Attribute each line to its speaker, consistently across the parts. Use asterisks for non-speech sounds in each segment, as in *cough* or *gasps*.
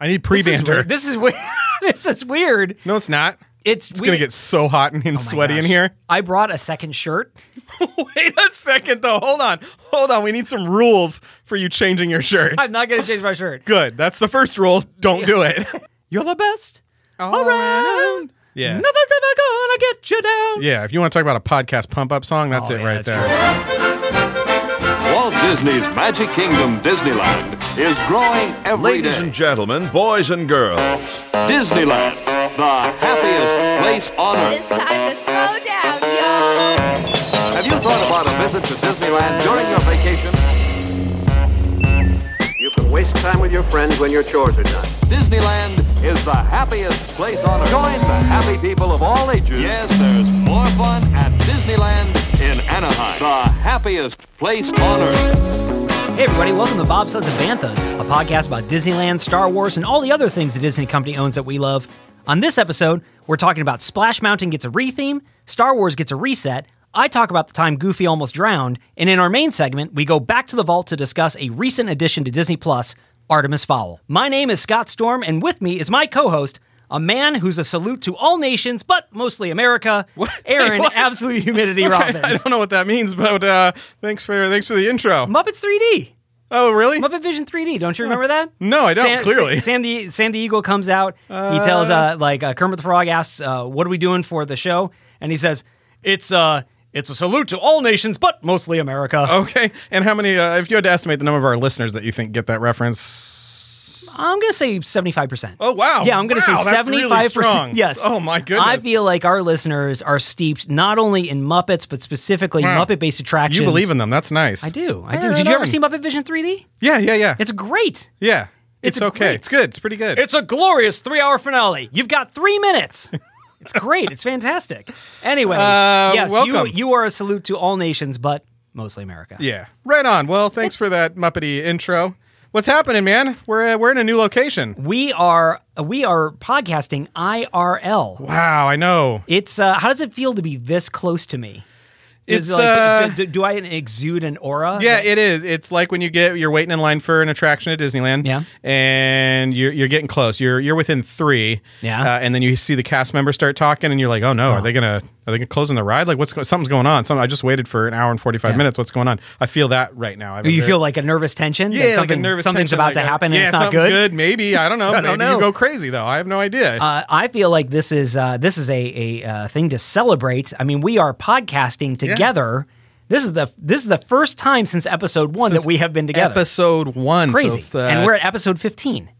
Speaker 1: I need pre banter.
Speaker 2: This is weird. *laughs* this is weird.
Speaker 1: No, it's not.
Speaker 2: It's,
Speaker 1: It's gonna get so hot and
Speaker 2: Oh
Speaker 1: sweaty in here. *laughs*
Speaker 2: I brought a second shirt. *laughs*
Speaker 1: Wait a second, though. Hold on, hold on. We need some rules for you changing your shirt.
Speaker 2: I'm not gonna change my shirt.
Speaker 1: Good. That's the first rule. Don't do
Speaker 2: *laughs*
Speaker 1: it. *laughs*
Speaker 2: You're the best.
Speaker 1: All around. Yeah.
Speaker 2: Nothing's ever gonna get you down.
Speaker 1: Yeah. If you want to talk about a podcast pump up song, that's
Speaker 2: Oh,
Speaker 1: it
Speaker 2: yeah,
Speaker 1: right
Speaker 2: that's
Speaker 1: there.
Speaker 3: Walt Disney's Magic Kingdom Disneyland is growing every day.
Speaker 4: Ladies and gentlemen, boys and girls,
Speaker 3: Disneyland, the happiest place on earth.
Speaker 5: It's time to throw down, y'all.
Speaker 3: Have you thought about a visit to Disneyland during your vacation?
Speaker 6: You can waste time with your friends when your chores are done.
Speaker 3: Disneyland is the happiest place on earth. Join the happy people of all ages. Yes, there's more fun at Disneyland in Anaheim, the happiest place on earth.
Speaker 2: Hey everybody, welcome to Bob Suds and Banthas, a podcast about Disneyland, Star Wars, and all the other things the Disney company owns that we love. On this episode, we're talking about Splash Mountain gets a retheme, Star Wars gets a reset, I talk about the time Goofy almost drowned, and in our main segment, we go back to the vault to discuss a recent addition to Disney Plus, Artemis Fowl. My name is Scott Storm, and with me is my co-host, a man who's a salute to all nations, but mostly America, Aaron
Speaker 1: what? *laughs*
Speaker 2: Absolute Humidity
Speaker 1: I, *laughs* I
Speaker 2: Robbins.
Speaker 1: don't know what that means, but uh, thanks for thanks for the intro.
Speaker 2: Muppets 3D.
Speaker 1: Oh, really?
Speaker 2: Muppet Vision 3D. Don't you remember that?
Speaker 1: No, I don't,
Speaker 2: Sam,
Speaker 1: clearly.
Speaker 2: Sa- Sam the Sam the Eagle comes out. he tells uh like uh, Kermit the Frog asks, uh, "What are we doing for the show?" And he says, "It's uh it's a salute to all nations, but mostly America."
Speaker 1: Okay. And how many? Uh, if you had to estimate the number of our listeners that you think get that reference.
Speaker 2: I'm gonna say 75 percent.
Speaker 1: Oh wow!
Speaker 2: Yeah, I'm gonna
Speaker 1: Wow,
Speaker 2: say
Speaker 1: that's really
Speaker 2: 75
Speaker 1: strong.
Speaker 2: percent. Yes.
Speaker 1: Oh my goodness!
Speaker 2: I feel like our listeners are steeped not only in Muppets but specifically
Speaker 1: Wow.
Speaker 2: Muppet-based attractions.
Speaker 1: you believe in them. That's nice.
Speaker 2: I do. I
Speaker 1: Right
Speaker 2: do. Did you
Speaker 1: on.
Speaker 2: ever see Muppet Vision 3D?
Speaker 1: Yeah, yeah, yeah.
Speaker 2: It's great.
Speaker 1: yeah. It's,
Speaker 2: it's
Speaker 1: okay.
Speaker 2: great.
Speaker 1: It's good. It's pretty good.
Speaker 2: It's a glorious three hour finale. You've got
Speaker 1: *laughs*
Speaker 2: three minutes. It's great. it's fantastic. Anyways,
Speaker 1: Uh,
Speaker 2: yes,
Speaker 1: welcome.
Speaker 2: you you are a salute to all nations, but mostly America.
Speaker 1: yeah. Right on. Well, thanks for that Muppety intro. What's happening, man? We're uh, we're in a new location.
Speaker 2: We are uh, we are podcasting IRL.
Speaker 1: Wow, I know.
Speaker 2: It's uh, how does it feel to be this close to me? Does,
Speaker 1: It's,
Speaker 2: like,
Speaker 1: uh,
Speaker 2: do, do- do I exude an aura?
Speaker 1: Yeah, it is. It's like when you get you're waiting in line for an attraction at Disneyland.
Speaker 2: Yeah.
Speaker 1: and you're you're getting close. You're you're within three.
Speaker 2: Yeah.
Speaker 1: uh, and then you see the cast members start talking, and you're like, oh no, are they gonna are they gonna closing the ride? Like, what's go- something's going on? Something I just waited for an hour and forty five
Speaker 2: Yeah.
Speaker 1: minutes. What's going on? I feel that right now. I have a
Speaker 2: Do you
Speaker 1: very-
Speaker 2: feel like a nervous tension? that
Speaker 1: yeah, like
Speaker 2: something,
Speaker 1: a nervous
Speaker 2: something's
Speaker 1: tension,
Speaker 2: about
Speaker 1: like,
Speaker 2: to
Speaker 1: uh,
Speaker 2: happen and
Speaker 1: yeah,
Speaker 2: it's not
Speaker 1: something
Speaker 2: good.
Speaker 1: Maybe I don't know.
Speaker 2: *laughs* I
Speaker 1: maybe
Speaker 2: don't know.
Speaker 1: you go crazy though. I have no idea.
Speaker 2: Uh, I feel like this is uh, this is a, a uh, thing to celebrate. I mean, we are podcasting together. This is the this is the first time since episode one
Speaker 1: Since
Speaker 2: that we have been together.
Speaker 1: Episode one,
Speaker 2: Crazy,
Speaker 1: So, uh,
Speaker 2: and we're at episode fifteen.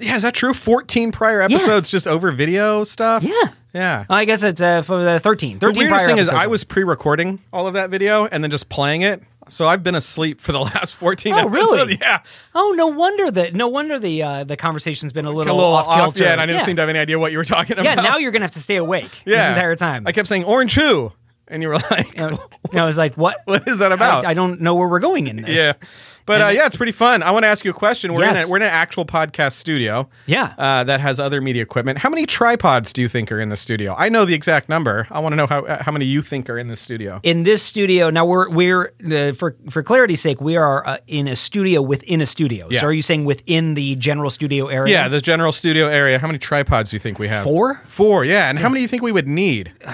Speaker 1: yeah, is that true? Fourteen prior episodes just over video stuff.
Speaker 2: Yeah.
Speaker 1: yeah.
Speaker 2: I guess it's uh, for the thirteen.
Speaker 1: The
Speaker 2: Thirteen.
Speaker 1: weirdest
Speaker 2: prior
Speaker 1: thing is
Speaker 2: episodes.
Speaker 1: I was pre-recording all of that video and then just playing it. So I've been asleep for the *laughs* last 14
Speaker 2: Oh,
Speaker 1: episodes.
Speaker 2: really?
Speaker 1: *laughs* Yeah.
Speaker 2: Oh no wonder that no wonder the uh, the conversation's been a
Speaker 1: A
Speaker 2: little,
Speaker 1: little off,
Speaker 2: off kilter.
Speaker 1: yeah, and I didn't seem to have any idea what you were talking about.
Speaker 2: Yeah, now you're gonna have to stay awake
Speaker 1: *laughs* Yeah.
Speaker 2: this entire time.
Speaker 1: I kept saying orange who? And you were *laughs* like,
Speaker 2: and I was like, what?
Speaker 1: what is that about?
Speaker 2: I, I don't know where we're going in this.
Speaker 1: yeah. But uh, yeah, it's pretty fun. I want to ask you a question. We're in
Speaker 2: Yes.
Speaker 1: a, we're in an actual podcast studio.
Speaker 2: Yeah.
Speaker 1: Uh, that has other media equipment. How many tripods do you think are in the studio? I know the exact number. I want to know how uh, how many you think are in the studio.
Speaker 2: in this studio now we're we're uh, for for clarity's sake we are uh, in a studio within a studio
Speaker 1: Yeah.
Speaker 2: so are you saying within the general studio area
Speaker 1: Yeah, the general studio area. How many tripods do you think we have?
Speaker 2: Four? Uh,
Speaker 1: Four, yeah. And how many do you think we would need? *laughs*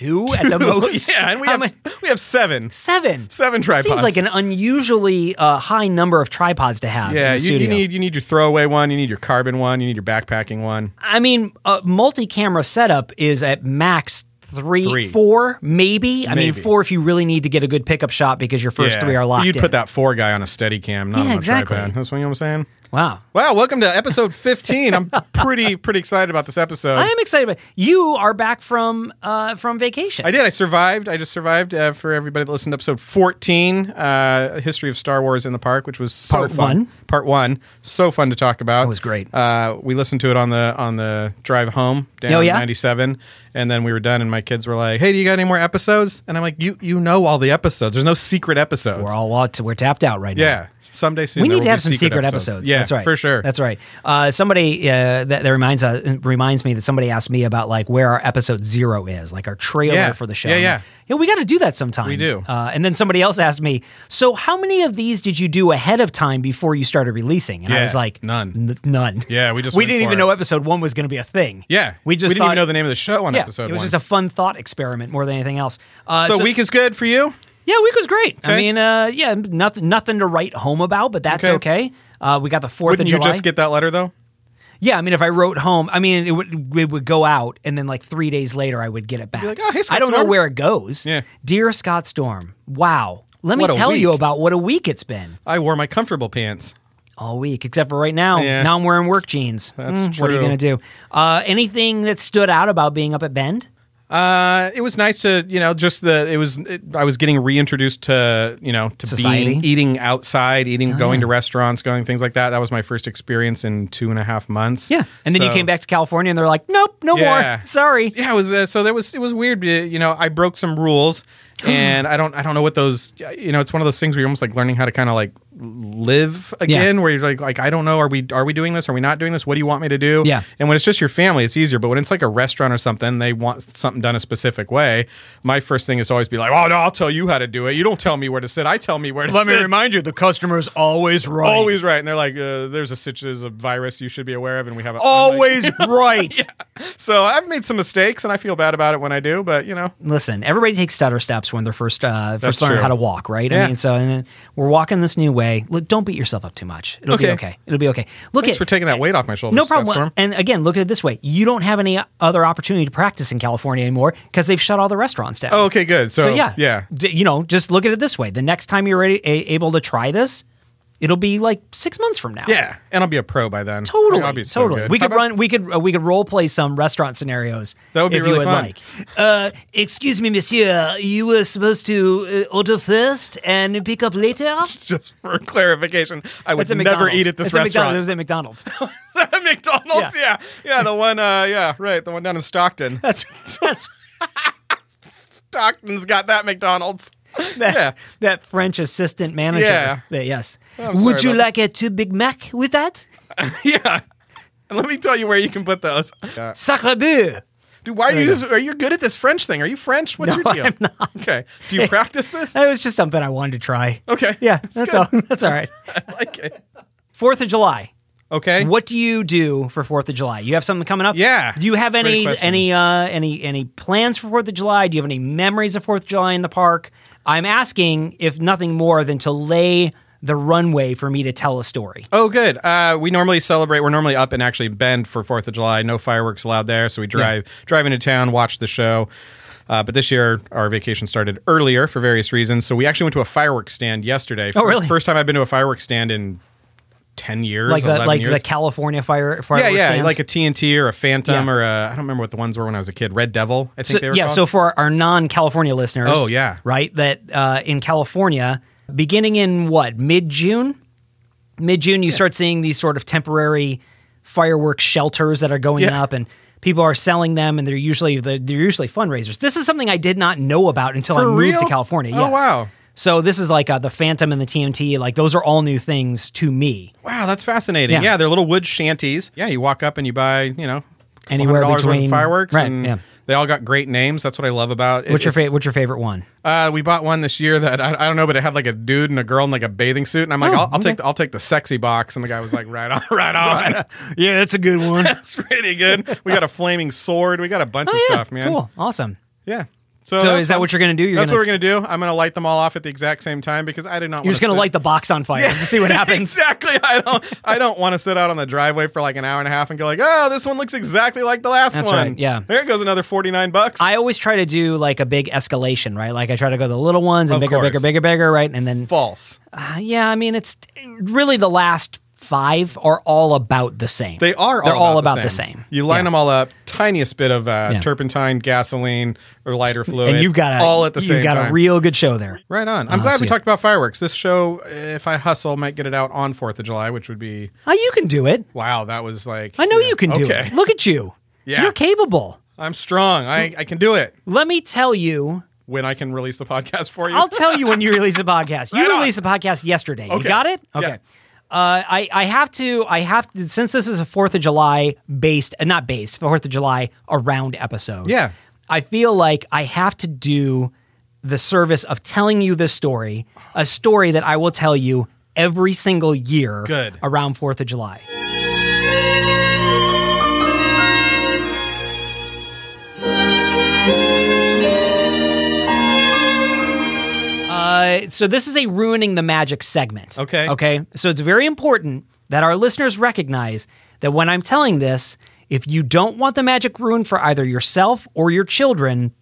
Speaker 2: two at the most
Speaker 1: yeah, and we
Speaker 2: How
Speaker 1: have
Speaker 2: many-
Speaker 1: we have seven.
Speaker 2: seven
Speaker 1: Seven tripods.
Speaker 2: seems like an unusually uh, high number of tripods to have in
Speaker 1: Yeah,
Speaker 2: the
Speaker 1: you, you
Speaker 2: studio
Speaker 1: need you need your throwaway one, you need your carbon one, you need your backpacking one.
Speaker 2: i mean a multi-camera setup is at max three,
Speaker 1: Three.
Speaker 2: four maybe i mean
Speaker 1: Maybe.
Speaker 2: four if you really need to get a good pickup shot because your first
Speaker 1: Yeah.
Speaker 2: three are locked
Speaker 1: You'd
Speaker 2: in.
Speaker 1: put that four guy on a steady cam, not
Speaker 2: Yeah,
Speaker 1: on a
Speaker 2: exactly.
Speaker 1: tripod. That's what I'm saying.
Speaker 2: wow
Speaker 1: Wow, welcome to episode 15.
Speaker 2: *laughs*
Speaker 1: I'm pretty pretty excited about this episode.
Speaker 2: i am excited about you are back from uh from vacation
Speaker 1: I did. I survived. I just survived uh, for everybody that listened to episode 14, uh, History of Star Wars in the Park, which was so
Speaker 2: Part
Speaker 1: fun.
Speaker 2: one.
Speaker 1: Part one. So fun to talk about. It
Speaker 2: was great.
Speaker 1: Uh, we listened to it on the on the drive home down
Speaker 2: Oh, yeah?
Speaker 1: 97. And then we were done, and my kids were like, hey, do you got any more episodes? And I'm like, you you know all the episodes. There's no secret episodes.
Speaker 2: we're all out we're tapped out right now
Speaker 1: yeah. Someday soon.
Speaker 2: we
Speaker 1: there
Speaker 2: need
Speaker 1: will
Speaker 2: to
Speaker 1: be
Speaker 2: have some secret, episodes.
Speaker 1: Yeah,
Speaker 2: that's right.
Speaker 1: for sure.
Speaker 2: That's right. Uh, somebody uh, that, that reminds uh, reminds me that somebody asked me about like where our episode zero is, like our trailer
Speaker 1: Yeah.
Speaker 2: for the show.
Speaker 1: Yeah,
Speaker 2: I'm
Speaker 1: yeah.
Speaker 2: like, Yeah, we got to do that sometime.
Speaker 1: We do.
Speaker 2: Uh, and then somebody else asked me, so how many of these did you do ahead of time before you started releasing? And I
Speaker 1: Yeah,
Speaker 2: was like,
Speaker 1: none.
Speaker 2: "N- none.
Speaker 1: Yeah, we just
Speaker 2: *laughs* we
Speaker 1: went
Speaker 2: didn't
Speaker 1: for
Speaker 2: even
Speaker 1: it.
Speaker 2: know episode one was going to be a thing.
Speaker 1: yeah,
Speaker 2: we just
Speaker 1: we didn't
Speaker 2: thought,
Speaker 1: even know the name of the show on
Speaker 2: yeah,
Speaker 1: episode.
Speaker 2: It was
Speaker 1: one.
Speaker 2: just a fun thought experiment more than anything else. Uh,
Speaker 1: so, week is good for you.
Speaker 2: yeah, week was great. I
Speaker 1: Okay.
Speaker 2: mean, uh, yeah, nothing, nothing to write home about, but that's okay.
Speaker 1: Okay.
Speaker 2: Uh, we got the Fourth of
Speaker 1: Wouldn't
Speaker 2: July.
Speaker 1: you just get that letter though?
Speaker 2: yeah, I mean, if I wrote home, I mean, it would it would go out, and then like three days later, I would get it back.
Speaker 1: like, "Oh, hey, Scott
Speaker 2: I don't know
Speaker 1: Storm."
Speaker 2: where it goes.
Speaker 1: Yeah.
Speaker 2: dear Scott Storm. Wow,
Speaker 1: What
Speaker 2: let me
Speaker 1: a
Speaker 2: tell you
Speaker 1: week.
Speaker 2: about what a week it's been
Speaker 1: I wore my comfortable pants.
Speaker 2: all week, except for right now.
Speaker 1: Yeah.
Speaker 2: Now I'm wearing work jeans. Hmm,
Speaker 1: That's
Speaker 2: What are you
Speaker 1: true.
Speaker 2: gonna do? Uh, anything that stood out about being up at Bend?
Speaker 1: Uh, it was nice to you know just the it was it, I was getting reintroduced to you know to
Speaker 2: Society. Oh,
Speaker 1: being eating outside, eating, going to restaurants, going things like that. That was my first experience in two and a half months.
Speaker 2: Yeah, and then you
Speaker 1: So-
Speaker 2: came back to California, and they're like, nope, no
Speaker 1: Yeah.
Speaker 2: more. *laughs* Sorry.
Speaker 1: Yeah, it was uh, so there was it was weird. uh, You know, I broke some
Speaker 2: *gasps*
Speaker 1: rules, and I don't I don't know what those. You know, it's one of those things where you're almost like learning how to kind of like live again, where you're like like I don't know, are we are we doing this? Are we not doing this? What do you want me to do?
Speaker 2: Yeah.
Speaker 1: And when it's just your family, it's easier. But when it's like a restaurant or something, they want something done a specific way. My first thing is to always be like, oh no, I'll tell you how to do it. You don't tell me where to sit. I tell me where to sit.
Speaker 2: remind you, the customer is always right.
Speaker 1: Always right, and they're like, uh, "There's a sit- there's a virus you should be aware of," and we have a I'm like-
Speaker 2: always *laughs* right.
Speaker 1: So I've made some mistakes, and I feel bad about it when I do. But you know,
Speaker 2: Listen, everybody takes stutter steps when they're first uh, first
Speaker 1: That's
Speaker 2: learning
Speaker 1: true.
Speaker 2: how to walk, right? I
Speaker 1: Yeah.
Speaker 2: mean, so and then we're walking this new way. Look, don't beat yourself up too much. It'll be
Speaker 1: Okay.
Speaker 2: okay. It'll be okay. Look
Speaker 1: thanks
Speaker 2: at
Speaker 1: for taking that weight off my shoulders.
Speaker 2: no
Speaker 1: Scott
Speaker 2: problem.
Speaker 1: Storm.
Speaker 2: And again, look at it this way: you don't have any other opportunity to practice in California anymore because they've shut all the restaurants down.
Speaker 1: Oh, okay, good. So,
Speaker 2: So yeah,
Speaker 1: yeah,
Speaker 2: D- you know, just look at it this way: the next time you're ready, a- able to try this, it'll be like six months from now.
Speaker 1: yeah, and I'll be a pro by then.
Speaker 2: Totally,
Speaker 1: I'll be so
Speaker 2: totally.
Speaker 1: good.
Speaker 2: We
Speaker 1: How
Speaker 2: could
Speaker 1: about-
Speaker 2: run. We could. Uh, we could role play some restaurant scenarios.
Speaker 1: That would be
Speaker 2: if you
Speaker 1: really
Speaker 2: would
Speaker 1: fun.
Speaker 2: Like. Uh, excuse me, monsieur. You were supposed to uh, order first and pick up later.
Speaker 1: *laughs* Just for clarification, I would
Speaker 2: It's a
Speaker 1: never
Speaker 2: McDonald's.
Speaker 1: eat at this
Speaker 2: it's A McDonald's. It was
Speaker 1: restaurant.
Speaker 2: at
Speaker 1: *laughs*
Speaker 2: McDonald's. *laughs*
Speaker 1: At McDonald's,
Speaker 2: Yeah.
Speaker 1: yeah. yeah, the one, uh, yeah, right, the one down in
Speaker 2: *laughs*
Speaker 1: Stockton.
Speaker 2: That's
Speaker 1: *laughs*
Speaker 2: that's
Speaker 1: Stockton's got that McDonald's. *laughs*
Speaker 2: that,
Speaker 1: Yeah.
Speaker 2: that French assistant manager.
Speaker 1: Yeah. Oh,
Speaker 2: yes.
Speaker 1: sorry
Speaker 2: would you
Speaker 1: about
Speaker 2: like a two Big Mac with that?
Speaker 1: yeah, and let me tell you where you can put those. Yeah.
Speaker 2: Sacre bleu.
Speaker 1: Dude, why are you? Are you good at this French thing? Are you French? What's your deal? I'm not. Okay, do
Speaker 2: *laughs*
Speaker 1: you practice this?
Speaker 2: It was just something I wanted to try.
Speaker 1: Okay, *laughs*
Speaker 2: Yeah,
Speaker 1: Oh, It's
Speaker 2: that's
Speaker 1: good.
Speaker 2: all. *laughs* That's all right.
Speaker 1: I like it.
Speaker 2: Fourth of July.
Speaker 1: Okay,
Speaker 2: *laughs* What do you do for Fourth of July? You have something coming up?
Speaker 1: Yeah.
Speaker 2: Do you have
Speaker 1: Great
Speaker 2: any
Speaker 1: question.
Speaker 2: any uh, any any plans for Fourth of July? Do you have any memories of Fourth of July in the park? I'm asking if nothing more than to lay the runway for me to tell a story.
Speaker 1: Oh, good. Uh, we normally celebrate. We're normally up and actually Bend for Fourth of July. No fireworks allowed there, so we drive drive into town, watch the show. Uh, but this year, our vacation started earlier for various reasons. So we actually went to a fireworks stand yesterday.
Speaker 2: Oh, really?
Speaker 1: First time I've been to a fireworks stand in ten years,
Speaker 2: Like the
Speaker 1: 11
Speaker 2: like
Speaker 1: years.
Speaker 2: the California fire
Speaker 1: yeah,
Speaker 2: fireworks
Speaker 1: yeah,
Speaker 2: stands.
Speaker 1: like a TNT or a Phantom
Speaker 2: Yeah.
Speaker 1: or a I don't remember what the ones were when I was a kid. Red Devil, I think
Speaker 2: so,
Speaker 1: they were.
Speaker 2: yeah.
Speaker 1: called.
Speaker 2: So for our, our non-California listeners,
Speaker 1: Oh, yeah.
Speaker 2: right. That uh, in California, beginning in what mid June, mid June, you start seeing these sort of temporary fireworks shelters that are going
Speaker 1: Yeah.
Speaker 2: up, and people are selling them, and they're usually they're, they're usually fundraisers. This is something I did not know about until I
Speaker 1: For
Speaker 2: moved to
Speaker 1: real?
Speaker 2: California.
Speaker 1: Oh,
Speaker 2: yes.
Speaker 1: wow.
Speaker 2: So this is like uh, the Phantom and the TMT. Like those are all new things to me.
Speaker 1: wow, that's fascinating.
Speaker 2: Yeah.
Speaker 1: Yeah. they're little wood shanties. Yeah, you walk up and you buy, you know, a couple
Speaker 2: Anywhere
Speaker 1: hundred dollars worth
Speaker 2: between-
Speaker 1: of fireworks,
Speaker 2: right,
Speaker 1: and
Speaker 2: yeah.
Speaker 1: they all got great names. That's what I love about. it.
Speaker 2: What's your
Speaker 1: It's-
Speaker 2: favorite? What's your favorite one?
Speaker 1: Uh, we bought one this year that I, I don't know, but it had like a dude and a girl in like a bathing suit, and I'm like,
Speaker 2: Oh,
Speaker 1: I'll, I'll
Speaker 2: okay.
Speaker 1: take the, I'll take the sexy box, and the guy was like, right on, *laughs* right on.
Speaker 2: Yeah, that's a good *laughs* one.
Speaker 1: That's pretty good. We got a flaming sword. We got a bunch
Speaker 2: oh,
Speaker 1: of
Speaker 2: yeah,
Speaker 1: stuff, man.
Speaker 2: Cool, awesome.
Speaker 1: Yeah. So,
Speaker 2: So
Speaker 1: was
Speaker 2: is that
Speaker 1: fun.
Speaker 2: what you're gonna do? You're
Speaker 1: That's
Speaker 2: gonna
Speaker 1: what we're gonna do. I'm gonna light them all off at the exact same time because I did not.
Speaker 2: You're just gonna light the box on fire to
Speaker 1: *laughs*
Speaker 2: see what happens.
Speaker 1: Exactly. I don't. I don't want to sit out on the driveway for like an hour and a half and go like, oh, this one looks exactly like the last
Speaker 2: That's
Speaker 1: one.
Speaker 2: right, yeah.
Speaker 1: There goes another forty nine bucks.
Speaker 2: I always try to do like a big escalation, right? Like I try to go the little ones and
Speaker 1: Of
Speaker 2: bigger, bigger,
Speaker 1: course.
Speaker 2: bigger, bigger, right? And then
Speaker 1: False.
Speaker 2: uh, yeah, I mean it's really the last five are all about the same.
Speaker 1: They are.
Speaker 2: They're
Speaker 1: all,
Speaker 2: all
Speaker 1: about, the,
Speaker 2: same.
Speaker 1: same. You line
Speaker 2: Yeah.
Speaker 1: them all up. Tiniest bit of uh,
Speaker 2: Yeah.
Speaker 1: turpentine, gasoline, or lighter fluid.
Speaker 2: and you've got a,
Speaker 1: all at the
Speaker 2: you've
Speaker 1: same
Speaker 2: got
Speaker 1: time.
Speaker 2: a real good show there.
Speaker 1: right on. I'm
Speaker 2: Oh,
Speaker 1: glad
Speaker 2: sweet.
Speaker 1: we talked about fireworks. This show, if I hustle, might get it out on Fourth of July, which would be
Speaker 2: Oh, you can do it.
Speaker 1: wow. That was like
Speaker 2: I know you can do
Speaker 1: Okay.
Speaker 2: it. Look at you.
Speaker 1: Yeah.
Speaker 2: You're capable.
Speaker 1: I'm strong. I I can do it.
Speaker 2: Let me tell you
Speaker 1: when I can release the podcast for you.
Speaker 2: I'll tell you when you release a podcast. You
Speaker 1: Right on.
Speaker 2: released a podcast yesterday. You
Speaker 1: Okay.
Speaker 2: got it?
Speaker 1: Yeah.
Speaker 2: Okay. Uh, I, I have to I have to, since this is a Fourth of July based uh, not based Fourth of July around episode.
Speaker 1: Yeah.
Speaker 2: I feel like I have to do the service of telling you this story, a story that I will tell you every single year
Speaker 1: Good.
Speaker 2: around Fourth of July. Uh, so this is a ruining the magic segment.
Speaker 1: Okay.
Speaker 2: Okay. So it's very important that our listeners recognize that when I'm telling this, if you don't want the magic ruined for either yourself or your children,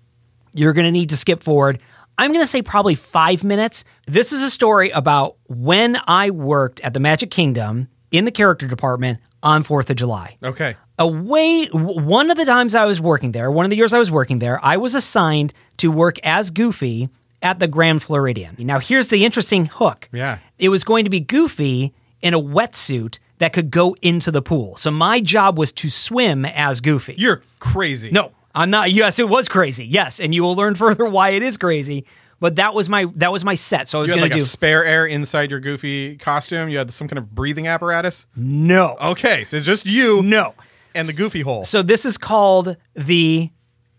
Speaker 2: you're going to need to skip forward. I'm going to say probably five minutes. This is a story about when I worked at the Magic Kingdom in the character department on 4th of July
Speaker 1: okay.
Speaker 2: a way w- one of the times I was working there, one of the years I was working there, I was assigned to work as Goofy at the Grand Floridian. Now here's the interesting hook.
Speaker 1: Yeah.
Speaker 2: It was going to be Goofy in a wetsuit that could go into the pool. So my job was to swim as Goofy.
Speaker 1: You're crazy.
Speaker 2: No, I'm not. Yes, it was crazy. Yes, and you will learn *laughs* further why it is crazy. But that was my that was my set. So I was
Speaker 1: You had
Speaker 2: going
Speaker 1: like
Speaker 2: to
Speaker 1: a
Speaker 2: do
Speaker 1: spare air inside your goofy costume. You had some kind of breathing apparatus.
Speaker 2: no,
Speaker 1: Okay, so it's just you
Speaker 2: no.
Speaker 1: and the goofy hole.
Speaker 2: So this is called the,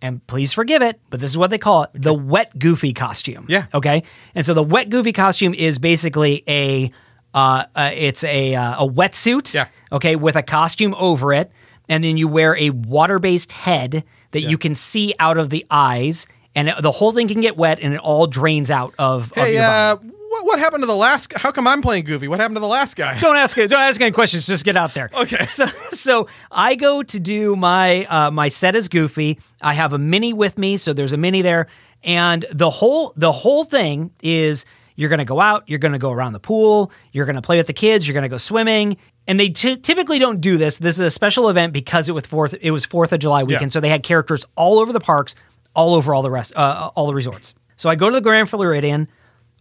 Speaker 2: and please forgive it, but this is what they call it the wet goofy costume.
Speaker 1: Yeah.
Speaker 2: Okay. And so the wet goofy costume is basically a, uh, uh it's a uh, a wetsuit.
Speaker 1: Yeah.
Speaker 2: Okay, with a costume over it, and then you wear a water based head that you can see out of the eyes. And it- the whole thing can get wet, and it all drains out of, of
Speaker 1: hey,
Speaker 2: your body.
Speaker 1: uh, what, what happened to the last? How come I'm playing goofy? What happened to the last guy?
Speaker 2: don't ask don't ask any questions. Just get out there. Okay. *laughs* So so I go to do my uh, my set as Goofy. I have a mini with me, so there's a mini there, and the whole the whole thing is you're gonna go out, you're gonna go around the pool, you're gonna play with the kids, you're gonna go swimming. And they ty- typically don't do this. This is a special event because it was fourth. It was Fourth of July weekend, so they had characters all over the parks, all over all the rest, uh, all the resorts. So I go to the Grand Floridian.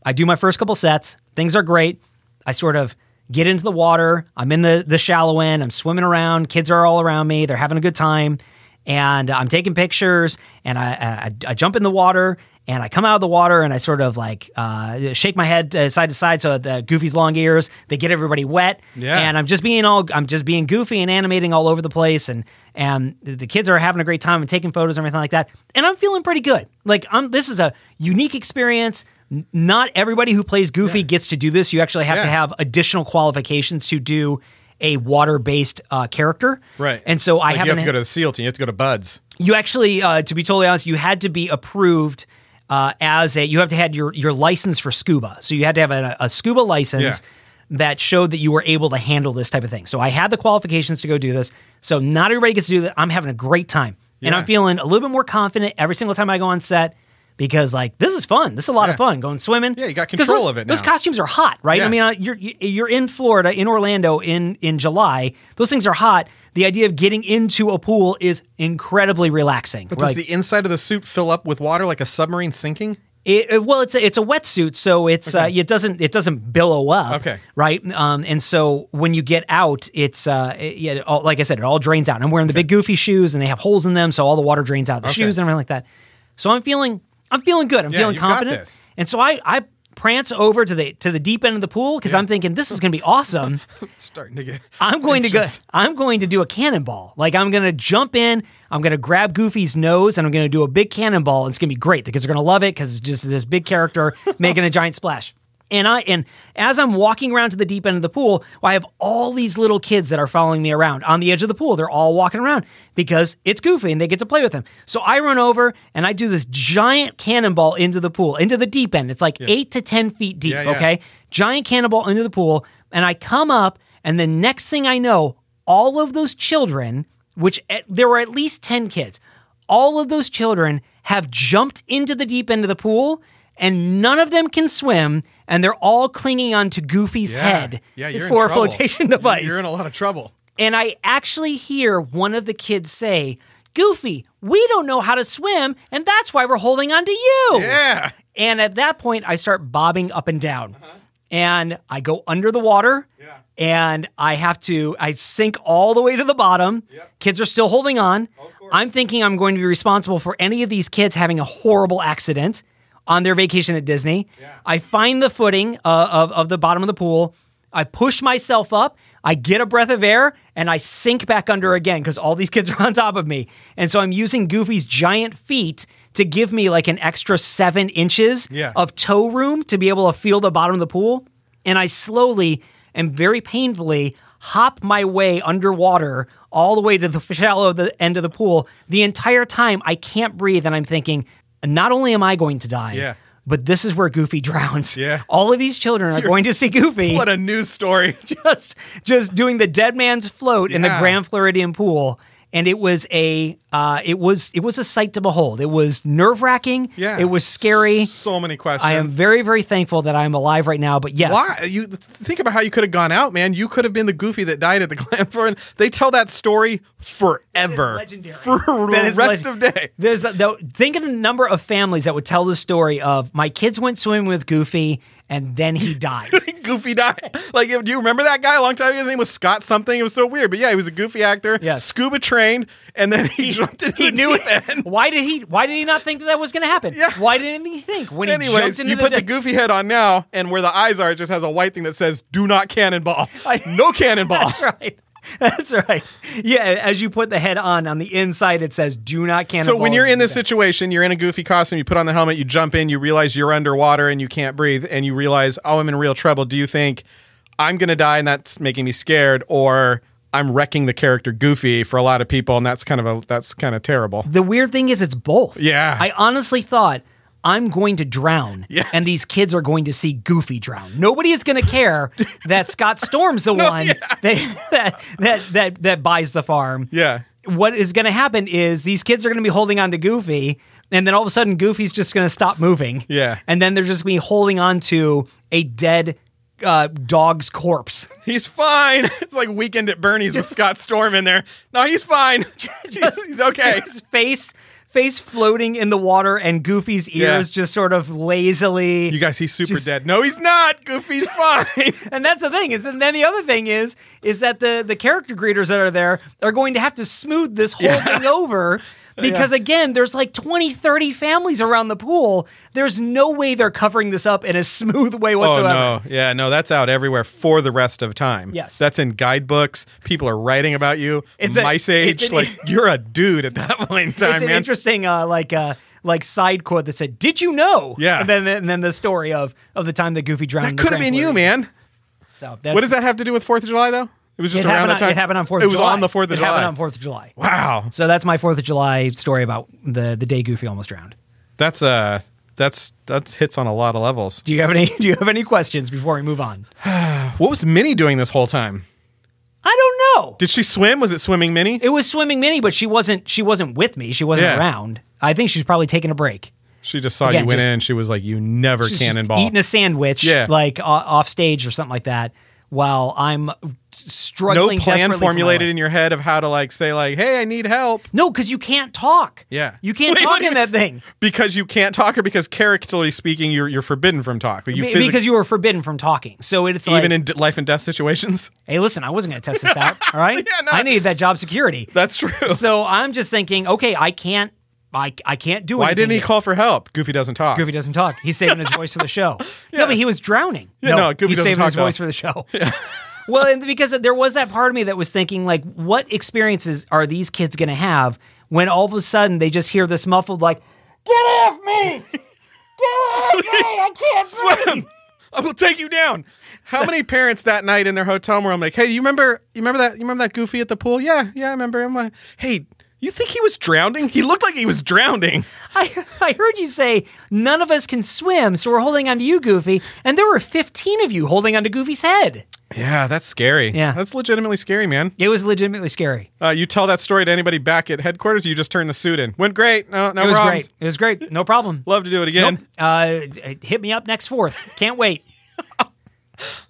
Speaker 2: I do my first couple sets. Things are great. I sort of get into the water. I'm in the the shallow end. I'm swimming around. Kids are all around me. They're having a good time, and I'm taking pictures. And I I, I jump in the water, and I come out of the water, and I sort of like uh, shake my head uh, side to side so that Goofy's long ears they get everybody wet.
Speaker 1: Yeah.
Speaker 2: And I'm just being all I'm just being goofy and animating all over the place, and and the kids are having a great time and taking photos and everything like that. And I'm feeling pretty good. Like I'm this is a unique experience. N- Not everybody who plays Goofy gets to do this. You actually have to
Speaker 1: Yeah.
Speaker 2: have additional qualifications to do a water-based uh, character.
Speaker 1: Right.
Speaker 2: And so I
Speaker 1: Like, You have
Speaker 2: haven't-
Speaker 1: to go to the SEAL team. You have to go to Buds.
Speaker 2: you actually, uh, to be totally honest, you had to be approved uh, as a. You have to had your your license for scuba, so you had to have a, a scuba license
Speaker 1: Yeah.
Speaker 2: that showed that you were able to handle this type of thing. So I had the qualifications to go do this. So not everybody gets to do that. I'm having a great time, and
Speaker 1: Yeah.
Speaker 2: I'm feeling a little bit more confident every single time I go on set because like this is fun. This is a lot of
Speaker 1: Yeah.
Speaker 2: fun going swimming.
Speaker 1: Yeah, you got
Speaker 2: 'Cause
Speaker 1: control
Speaker 2: those-
Speaker 1: of it
Speaker 2: Those
Speaker 1: now.
Speaker 2: costumes are hot, right? I
Speaker 1: Yeah.
Speaker 2: mean, uh, you're you- you're in Florida, in Orlando, in in July. Those things are hot. The idea of getting into a pool is incredibly relaxing.
Speaker 1: But
Speaker 2: Like,
Speaker 1: does the inside of the suit fill up with water like a submarine sinking?
Speaker 2: it, it- well, it's a, it's a wetsuit, so it's uh, it doesn't it doesn't billow up,
Speaker 1: Okay.
Speaker 2: right? Um, and so when you get out, it's uh, it, yeah, it all, like I said, it all drains out. I'm wearing the big goofy shoes, and they have holes in them, so all the water drains out of the
Speaker 1: Okay.
Speaker 2: shoes and everything like that. So I'm feeling I'm feeling good. I'm
Speaker 1: Yeah,
Speaker 2: feeling
Speaker 1: you've got
Speaker 2: confident,
Speaker 1: this.
Speaker 2: and so I I prance over to the to the deep end of the pool because I'm thinking this is going to be
Speaker 1: *laughs*
Speaker 2: awesome.
Speaker 1: Starting to get. *laughs*
Speaker 2: I'm going to go.
Speaker 1: anxious.
Speaker 2: I'm going to do a cannonball. Like I'm going to jump in. I'm going to grab Goofy's nose and I'm going to do a big cannonball. It's going to be great. The kids are going to love it because it's just this big
Speaker 1: *laughs*
Speaker 2: character making a giant splash. And I and as I'm walking around to the deep end of the pool, I have all these little kids that are following me around on the edge of the pool. They're all walking around because it's Goofy and they get to play with him. So I run over and I do this giant cannonball into the pool, into the deep end. It's like eight to ten feet deep.
Speaker 1: Yeah, yeah.
Speaker 2: Okay, giant cannonball into the pool, and I come up, and the next thing I know, all of those children, which at, there were at least 10 kids, all of those children have jumped into the deep end of the pool, and none of them can swim, and they're all clinging onto Goofy's
Speaker 1: Yeah.
Speaker 2: head
Speaker 1: Yeah, you're in
Speaker 2: for a
Speaker 1: trouble.
Speaker 2: flotation device.
Speaker 1: You're in a lot of trouble.
Speaker 2: And I actually hear one of the kids say, Goofy, we don't know how to swim, and that's why we're holding on to you.
Speaker 1: Yeah.
Speaker 2: And at that point, I start bobbing up and down. And I go under the water. And I have to, I sink all the way to the bottom. Kids are still holding on. I'm thinking I'm going to be responsible for any of these kids having a horrible accident. on their vacation at Disney. I find the footing uh, of, of the bottom of the pool. I push myself up. I get a breath of air and I sink back under again because all these *laughs* kids are on top of me. And so I'm using Goofy's giant feet to give me like an extra seven inches
Speaker 1: Yeah.
Speaker 2: of toe room to be able to feel the bottom of the pool. And I slowly and very painfully hop my way underwater all the way to the *laughs* shallow of the end of the pool. The entire time I can't breathe and I'm thinking, not only am I going to die,
Speaker 1: Yeah.
Speaker 2: but this is where Goofy *laughs* drowns.
Speaker 1: Yeah.
Speaker 2: All of these children are going to see
Speaker 1: *laughs*
Speaker 2: Goofy
Speaker 1: What a news story.
Speaker 2: just just doing the dead man's float in the
Speaker 1: Yeah.
Speaker 2: Grand Floridian pool. And it was a uh, it was it was a sight to behold. It was nerve wracking.
Speaker 1: Yeah.
Speaker 2: *laughs* It was scary.
Speaker 1: So many questions.
Speaker 2: I am very, very thankful that I'm alive right now. But yes,
Speaker 1: Why you think about how you could have gone out, man? You could have been the goofy that died at the *laughs* Glen Floridian. They tell that story forever,
Speaker 2: legendary.
Speaker 1: for
Speaker 2: *laughs* That
Speaker 1: the
Speaker 2: is
Speaker 1: rest
Speaker 2: leg-
Speaker 1: of day. *laughs*
Speaker 2: There's a, though, think of the number of families that would tell the story of my kids went swimming with Goofy and then he died.
Speaker 1: Goofy died. Like, do you remember that guy a long time ago? His name was Scott something. It was so weird, but yeah, he was a goofy actor.
Speaker 2: Yes.
Speaker 1: Scuba trained, and then *laughs* he, jumped into
Speaker 2: he
Speaker 1: the
Speaker 2: knew
Speaker 1: deep
Speaker 2: it.
Speaker 1: end.
Speaker 2: Why did *laughs* he? Why did he not think that that was going to happen?
Speaker 1: Yeah.
Speaker 2: Why didn't he think when he jumped
Speaker 1: Anyways,
Speaker 2: into
Speaker 1: you
Speaker 2: the
Speaker 1: put
Speaker 2: de-
Speaker 1: the goofy head on now, and where the eyes are, it just has a white thing that says "Do not cannonball." no cannonball.
Speaker 2: *laughs* That's right. That's right. Yeah, as you put the head on, on the inside it says "Do not cannonball."
Speaker 1: So when you're in this situation, you're in a goofy costume, you put on the helmet, you jump in, you realize you're underwater and you can't breathe, and you realize, oh, I'm in real trouble. Do you think I'm going to die and that's making me scared, or I'm wrecking the character Goofy for a lot of people, and that's kind of a that's kind of terrible.
Speaker 2: the weird thing is it's both.
Speaker 1: Yeah.
Speaker 2: I honestly thought I'm going to drown,
Speaker 1: *laughs* Yeah.
Speaker 2: and these kids are going to see Goofy drown. Nobody is going to care that Scott Storm's
Speaker 1: *laughs*
Speaker 2: the one *laughs* that, that that that that buys the farm.
Speaker 1: Yeah,
Speaker 2: What is going to happen is these kids are going to be holding on to Goofy, and then all of a sudden Goofy's just going to stop moving.
Speaker 1: Yeah.
Speaker 2: and then they're just going to be holding on to a dead uh, dog's corpse.
Speaker 1: he's fine. *laughs* It's like Weekend at Bernie's with Scott Storm in there. No, he's fine. *laughs* he's, he's okay.
Speaker 2: *laughs* Just face face floating in the water and Goofy's ears
Speaker 1: Yeah.
Speaker 2: just sort of lazily.
Speaker 1: you guys, he's super dead. No, he's not.
Speaker 2: *laughs*
Speaker 1: Goofy's fine.
Speaker 2: and that's the thing is, and then the other thing is, is that the the character greeters that are there are going to have to smooth this whole
Speaker 1: *laughs*
Speaker 2: thing over. Because again, there's like 20, 30 families around the pool. There's no way they're covering this up in a smooth way whatsoever.
Speaker 1: Oh no, yeah, no, that's out everywhere for the rest of time.
Speaker 2: Yes.
Speaker 1: that's in guidebooks. People are writing about you.
Speaker 2: It's
Speaker 1: It's
Speaker 2: a-
Speaker 1: mice age.
Speaker 2: it's an- *laughs*
Speaker 1: like you're a dude at that point in time,
Speaker 2: it's an
Speaker 1: man.
Speaker 2: interesting uh, like uh, like side quote that said, "Did you know?"
Speaker 1: Yeah.
Speaker 2: and then and then the story of of the time that Goofy drowned. in
Speaker 1: that
Speaker 2: the
Speaker 1: could have been you,
Speaker 2: Grand Floridian.
Speaker 1: man.
Speaker 2: So that's,
Speaker 1: What does that have to do with Fourth of July though? It was just
Speaker 2: It
Speaker 1: around
Speaker 2: happened,
Speaker 1: that
Speaker 2: on,
Speaker 1: time.
Speaker 2: it happened on Fourth.
Speaker 1: It
Speaker 2: of
Speaker 1: was
Speaker 2: July.
Speaker 1: on the Fourth of
Speaker 2: It happened
Speaker 1: July.
Speaker 2: on Fourth of July.
Speaker 1: wow,
Speaker 2: So that's my Fourth of July story about the the day Goofy almost drowned.
Speaker 1: that's uh, that's that's hits on a lot of levels.
Speaker 2: Do you have any *laughs* Do you have any questions before we move on?
Speaker 1: What was Minnie doing this whole time?
Speaker 2: I don't know.
Speaker 1: Did she swim? Was it swimming, Minnie?
Speaker 2: It was swimming mini, but she wasn't she wasn't with me. She wasn't
Speaker 1: Yeah.
Speaker 2: around. I think she's probably taking a break.
Speaker 1: she just saw
Speaker 2: Again,
Speaker 1: you went
Speaker 2: just-
Speaker 1: in. and She was like, "You never
Speaker 2: She's just
Speaker 1: cannonball."
Speaker 2: eating a sandwich,
Speaker 1: Yeah.
Speaker 2: like o- off stage or something like that. While I'm
Speaker 1: no
Speaker 2: struggling,
Speaker 1: plan
Speaker 2: desperately for my
Speaker 1: formulated
Speaker 2: life.
Speaker 1: in your head of how to like say like, "Hey, I need help."
Speaker 2: No, because you can't talk.
Speaker 1: Yeah.
Speaker 2: you can't
Speaker 1: Wait, *laughs* what
Speaker 2: talk
Speaker 1: do
Speaker 2: in
Speaker 1: you-
Speaker 2: that thing
Speaker 1: because you can't talk or because characterly speaking you're you're forbidden from talk Like, you
Speaker 2: Be-
Speaker 1: physic-
Speaker 2: because you were forbidden from talking. So it's like,
Speaker 1: even in d- life and death situations *laughs*
Speaker 2: hey, listen, I wasn't going to test this out. All right,
Speaker 1: Yeah, no.
Speaker 2: I need that job security.
Speaker 1: that's true
Speaker 2: so I'm just thinking, okay, I can't, I, I can't do.
Speaker 1: why
Speaker 2: anything
Speaker 1: didn't he
Speaker 2: yet.
Speaker 1: call for help goofy doesn't talk *laughs*
Speaker 2: Goofy doesn't talk. He's saving his voice for the show. No, but he was drowning.
Speaker 1: Yeah, no, Goofy
Speaker 2: he's
Speaker 1: doesn't
Speaker 2: saving
Speaker 1: talk
Speaker 2: his voice
Speaker 1: though.
Speaker 2: for the
Speaker 1: *laughs*
Speaker 2: show. *laughs* well, and because there was that part of me that was thinking, like, what experiences are these kids going to have when all of a sudden they just hear this muffled, like, "Get off
Speaker 1: *laughs*
Speaker 2: me! Get off me! I can't breathe!"
Speaker 1: Swim! i will take you down how many parents that night in their hotel room like hey you remember you remember that you remember that goofy at the pool yeah yeah i remember him like hey you think he was drowning he looked like he was drowning
Speaker 2: *laughs* I, I heard you say none of us can swim, so we're holding on to you, Goofy. And there were 15 of you holding on to Goofy's head.
Speaker 1: yeah that's scary
Speaker 2: Yeah.
Speaker 1: that's legitimately scary man
Speaker 2: It was legitimately scary.
Speaker 1: uh, you tell that story to anybody back at headquarters you just turn the suit in went great no no
Speaker 2: It was
Speaker 1: problems
Speaker 2: great. It was great. No problem.
Speaker 1: love to do it again
Speaker 2: Uh, hit me up next fourth. Can't wait.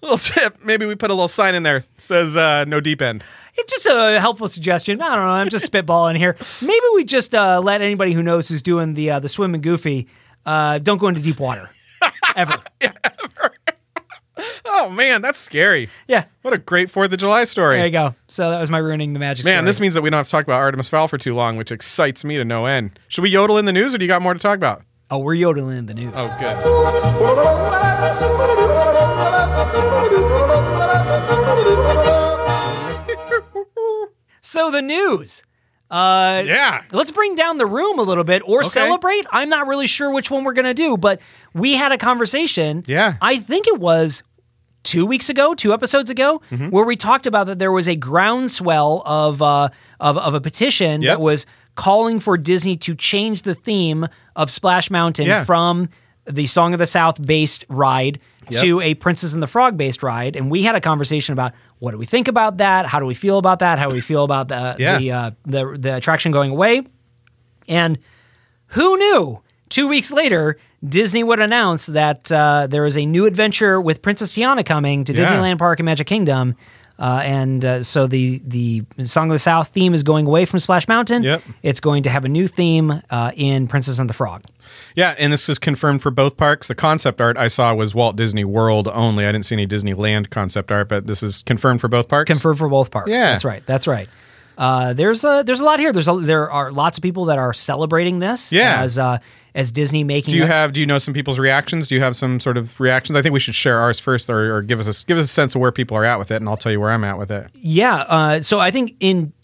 Speaker 1: little tip. Maybe we put a little sign in there says uh, no deep end.
Speaker 2: It's just a helpful suggestion. I don't know. I'm just spitballing here. Maybe we just uh, let anybody who knows who's doing the uh, the swim and goofy uh, don't go into deep
Speaker 1: *laughs*
Speaker 2: water ever.
Speaker 1: Oh man, that's scary.
Speaker 2: Yeah.
Speaker 1: What a great Fourth of July story.
Speaker 2: There you go. So that was my ruining the magic.
Speaker 1: Man,
Speaker 2: story.
Speaker 1: this means that we don't have to talk about Artemis Fowl for too long, which excites me to no end. Should we yodel in the news, or do you got more to talk about?
Speaker 2: Oh, we're yodeling in the news.
Speaker 1: Oh, good.
Speaker 2: So the news. Uh,
Speaker 1: Yeah.
Speaker 2: Let's bring down the room a little bit or celebrate. I'm not really sure which one we're going to do, but we had a conversation.
Speaker 1: Yeah.
Speaker 2: I think it was two weeks ago, two episodes ago,
Speaker 1: Mm-hmm.
Speaker 2: where we talked about that there was a groundswell of, uh, of, of a petition
Speaker 1: Yep.
Speaker 2: that was calling for Disney to change the theme of Splash Mountain
Speaker 1: Yeah.
Speaker 2: from the Song of the South based ride
Speaker 1: Yep.
Speaker 2: to a Princess and the Frog based ride. And we had a conversation about what do we think about that? How do we feel about that? How do we feel about the,
Speaker 1: Yeah.
Speaker 2: the, uh, the, the attraction going away? And who knew? Two weeks later, Disney would announce that uh, there is a new adventure with Princess Tiana coming to
Speaker 1: Yeah.
Speaker 2: Disneyland Park and Magic Kingdom. Uh, and uh, so the the Song of the South theme is going away from Splash Mountain.
Speaker 1: Yep.
Speaker 2: It's going to have a new theme uh, in Princess and the Frog.
Speaker 1: Yeah, and this is confirmed for both parks. The concept art I saw was Walt Disney World only. I didn't see any Disneyland concept art, but this is confirmed for both parks.
Speaker 2: Confirmed for both parks.
Speaker 1: Yeah.
Speaker 2: That's right. That's right. Uh, there's a there's a lot here. There's a, there are lots of people that are celebrating this.
Speaker 1: Yeah.
Speaker 2: As uh, as Disney making
Speaker 1: Do you
Speaker 2: it-
Speaker 1: have? Do you know some people's reactions? Do you have some sort of reactions? I think we should share ours first, or, or give us a, give us a sense of where people are at with it, and I'll tell you where I'm at with it.
Speaker 2: Yeah, uh, so I think in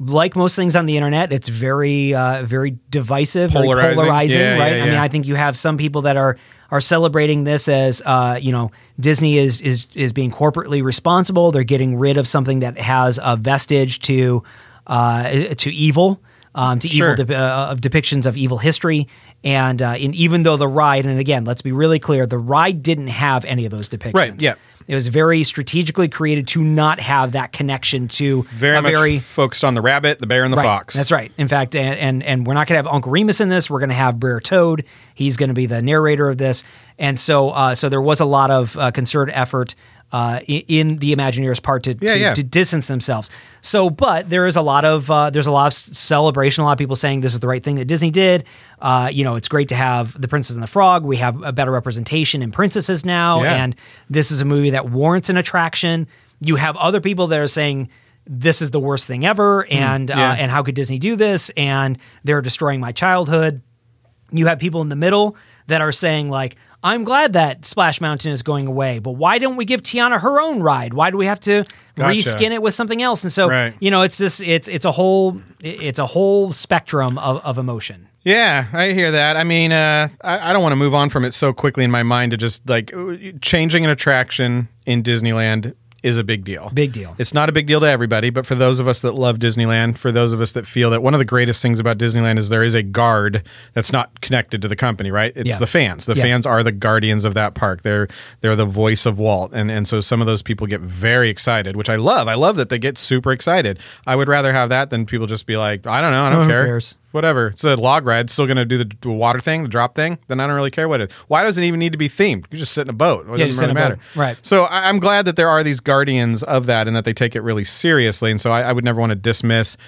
Speaker 2: like most things on the internet, it's very uh, very divisive, very
Speaker 1: Polarizing.
Speaker 2: polarizing,
Speaker 1: Yeah,
Speaker 2: right?
Speaker 1: yeah,
Speaker 2: I mean,
Speaker 1: yeah.
Speaker 2: I think you have some people that are are celebrating this as uh, you know Disney is is is being corporately responsible. They're getting rid of something that has a vestige to uh, to evil. Um, to
Speaker 1: Sure.
Speaker 2: evil de- uh, of depictions of evil history, and uh, and even though the ride, and again, let's be really clear, the ride didn't have any of those depictions.
Speaker 1: Right, yeah.
Speaker 2: It was very strategically created to not have that connection to
Speaker 1: Very
Speaker 2: a
Speaker 1: much
Speaker 2: very
Speaker 1: focused on the rabbit, the bear, and the
Speaker 2: right,
Speaker 1: fox.
Speaker 2: That's right. In fact, and, and and we're not gonna have Uncle Remus in this. We're gonna have Brer Toad. He's gonna be the narrator of this. And so uh, so there was a lot of uh, concerted effort. Uh, i- in the Imagineers' part to,
Speaker 1: Yeah,
Speaker 2: to,
Speaker 1: yeah.
Speaker 2: to distance themselves, so but there is a lot of uh, there's a lot of s- celebration. A lot of people saying this is the right thing that Disney did. Uh, you know, it's great to have the Princess and the Frog. We have a better representation in princesses now,
Speaker 1: Yeah.
Speaker 2: and this is a movie that warrants an attraction. You have other people that are saying this is the worst thing ever, and
Speaker 1: Hmm, yeah.
Speaker 2: uh, and how could Disney do this? And they're destroying my childhood. You have people in the middle that are saying like, I'm glad that Splash Mountain is going away, but why don't we give Tiana her own ride? Why do we have to
Speaker 1: Gotcha.
Speaker 2: reskin it with something else? And so
Speaker 1: Right.
Speaker 2: you know, it's this, it's it's a whole, it's a whole spectrum of, of emotion.
Speaker 1: Yeah, I hear that. I mean, uh, I, I don't want to move on from it so quickly in my mind to just like uh, changing an attraction in Disneyland is a big deal.
Speaker 2: Big deal.
Speaker 1: It's not a big deal to everybody, but for those of us that love Disneyland, for those of us that feel that one of the greatest things about Disneyland is there is a guard that's not connected to the company, right? It's
Speaker 2: Yeah.
Speaker 1: the fans. The
Speaker 2: Yeah.
Speaker 1: fans are the guardians of that park. They're they're the voice of Walt, and and so some of those people get very excited, which I love. I love that they get super excited. I would rather have that than people just be like, I don't know, I don't
Speaker 2: Who
Speaker 1: care
Speaker 2: cares?
Speaker 1: whatever. It's a log ride. It's still going to do the, the water thing, the drop thing. Then I don't really care what it is. Why does it even need to be themed? You just sit in a boat. It
Speaker 2: Yeah, just sit
Speaker 1: doesn't
Speaker 2: in
Speaker 1: really
Speaker 2: a
Speaker 1: matter.
Speaker 2: boat. Right.
Speaker 1: So I, I'm glad that there are these guardians of that and that they take it really seriously. And so I, I would never want to dismiss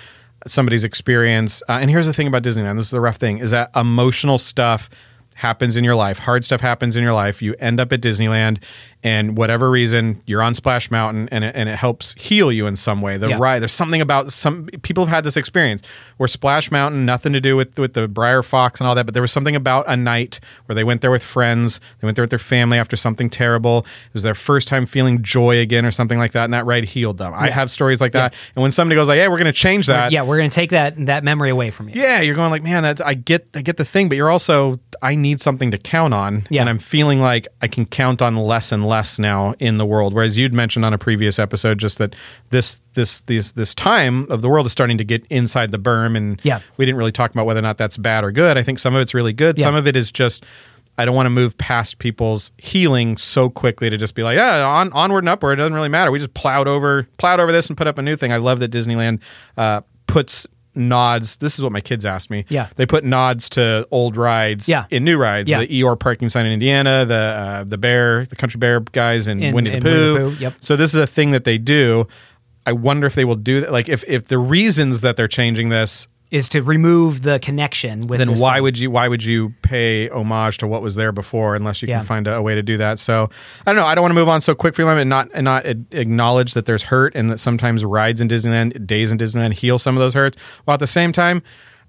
Speaker 1: somebody's experience. Uh, and here's the thing about Disneyland. This is the rough thing is that emotional stuff happens in your life. Hard stuff happens in your life. You end up at Disneyland and whatever reason you're on Splash Mountain and it, and it helps heal you in some way. The
Speaker 2: Yeah.
Speaker 1: ride, there's something about some people have had this experience where Splash Mountain, nothing to do with with the Briar Fox and all that, but there was something about a night where they went there with friends, they went there with their family after something terrible. It was their first time feeling joy again or something like that, and that ride healed them. I have stories like that, and when somebody goes like, "Hey, we're going to change that,"
Speaker 2: yeah, we're gonna take that that memory away from you.
Speaker 1: yeah, you're going like, man, that's, I get, I get the thing, but you're also, I need something to count on,
Speaker 2: Yeah.
Speaker 1: and I'm feeling like I can count on less and less now in the world. Whereas you'd mentioned on a previous episode, just that this, this, this, this time of the world is starting to get inside the berm, and
Speaker 2: Yeah.
Speaker 1: we didn't really talk about whether or not that's bad or good. I think some of it's really good,
Speaker 2: Yeah.
Speaker 1: some of it is just. I don't want to move past people's healing so quickly to just be like, yeah, on, onward and upward. It doesn't really matter. We just plowed over, plowed over this and put up a new thing. I love that Disneyland uh, puts nods. This is what my kids asked me.
Speaker 2: Yeah.
Speaker 1: they put nods to old rides.
Speaker 2: Yeah.
Speaker 1: in new rides,
Speaker 2: Yeah.
Speaker 1: the Eeyore parking sign in Indiana, the uh, the bear, the country bear guys in,
Speaker 2: In-
Speaker 1: Winnie the
Speaker 2: in
Speaker 1: Pooh.
Speaker 2: Winnie the Pooh, yep.
Speaker 1: So this is a thing that they do. I wonder if they will do that. Like if if the reasons that they're changing this
Speaker 2: Is to remove the connection with.
Speaker 1: then
Speaker 2: this
Speaker 1: why
Speaker 2: thing.
Speaker 1: would you why would you pay homage to what was there before unless you
Speaker 2: Yeah.
Speaker 1: can find a, a way to do that? So I don't know. I don't want to move on so quick for a moment and not and not ad- acknowledge that there's hurt and that sometimes rides in Disneyland, days in Disneyland heal some of those hurts. While at the same time,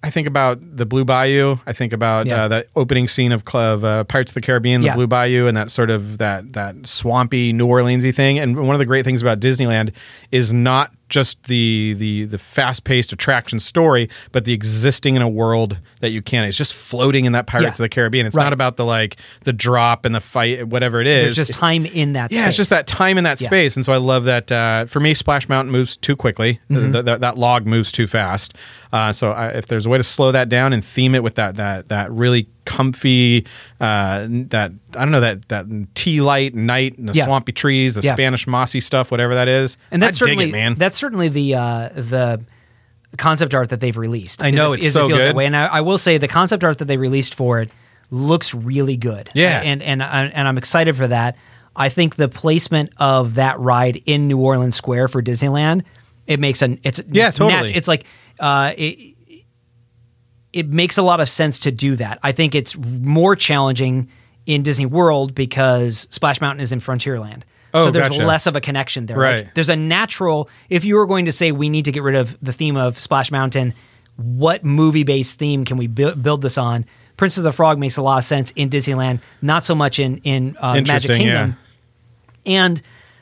Speaker 1: I think about the Blue Bayou. I think about
Speaker 2: Yeah.
Speaker 1: uh, that opening scene of, cl- of uh, Pirates of the Caribbean, the
Speaker 2: Yeah.
Speaker 1: Blue Bayou, and that sort of that that swampy New Orleansy thing. And one of the great things about Disneyland is not just the the the fast paced attraction story, but the existing in a world that you can't. It's just floating in that Pirates
Speaker 2: Yeah.
Speaker 1: of the Caribbean. It's
Speaker 2: Right.
Speaker 1: not about the like the drop and the fight, whatever it is.
Speaker 2: There's just time in that.
Speaker 1: Yeah, it's just
Speaker 2: space.
Speaker 1: that time in that
Speaker 2: Yeah.
Speaker 1: space, and so I love that. Uh, for me, Splash Mountain moves too quickly.
Speaker 2: Mm-hmm.
Speaker 1: Th- th- that log moves too fast. Uh, so I, if there's a way to slow that down and theme it with that that that really comfy uh, n- that I don't know that that tea light night and the
Speaker 2: Yeah.
Speaker 1: swampy trees, the
Speaker 2: Yeah.
Speaker 1: Spanish mossy stuff, whatever that is,
Speaker 2: and that's
Speaker 1: I dig
Speaker 2: certainly
Speaker 1: it, man.
Speaker 2: that's certainly the uh, the concept art that they've released.
Speaker 1: I
Speaker 2: is
Speaker 1: know,
Speaker 2: it-
Speaker 1: it's
Speaker 2: is
Speaker 1: so
Speaker 2: it feels That
Speaker 1: good.
Speaker 2: way. And I, I will say the concept art that they released for it looks really good.
Speaker 1: Yeah.
Speaker 2: and and I, and I'm excited for that. I think the placement of that ride in New Orleans Square for Disneyland it makes an it's
Speaker 1: Yeah,
Speaker 2: it's
Speaker 1: totally.
Speaker 2: it's like uh, it it makes a lot of sense to do that. I think it's more challenging in Disney World because Splash Mountain is in Frontierland.
Speaker 1: Oh,
Speaker 2: so there's
Speaker 1: gotcha.
Speaker 2: less of a connection there.
Speaker 1: Right.
Speaker 2: Like, there's a natural if you were going to say we need to get rid of the theme of Splash Mountain, what movie based theme can we bu- build this on? Prince of the Frog makes a lot of sense in Disneyland, not so much in in uh, Magic
Speaker 1: Interesting,
Speaker 2: Kingdom
Speaker 1: yeah.
Speaker 2: and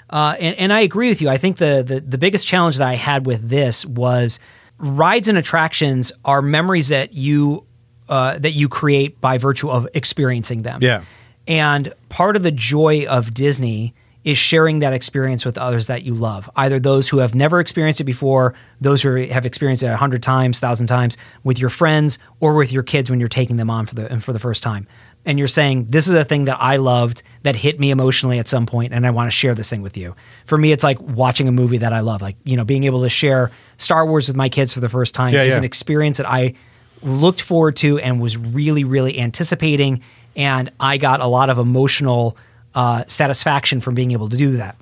Speaker 2: uh, and, and I agree with you. I think the, the the biggest challenge that I had with this was rides and attractions are memories that you uh, that you create by virtue of experiencing them.
Speaker 1: Yeah.
Speaker 2: And part of the joy of Disney is sharing that experience with others that you love, either those who have never experienced it before, those who have experienced it a hundred times, thousand times, with your friends or with your kids when you're taking them on for the and for the first time. And you're saying, This is a thing that I loved that hit me emotionally at some point, and I want to share this thing with you. For me, it's like watching a movie that I love, like, you know, being able to share Star Wars with my kids for the first time
Speaker 1: Yeah,
Speaker 2: is
Speaker 1: yeah.
Speaker 2: an experience that I looked forward to and was really, really anticipating. And I got a lot of emotional uh, satisfaction from being able to do that.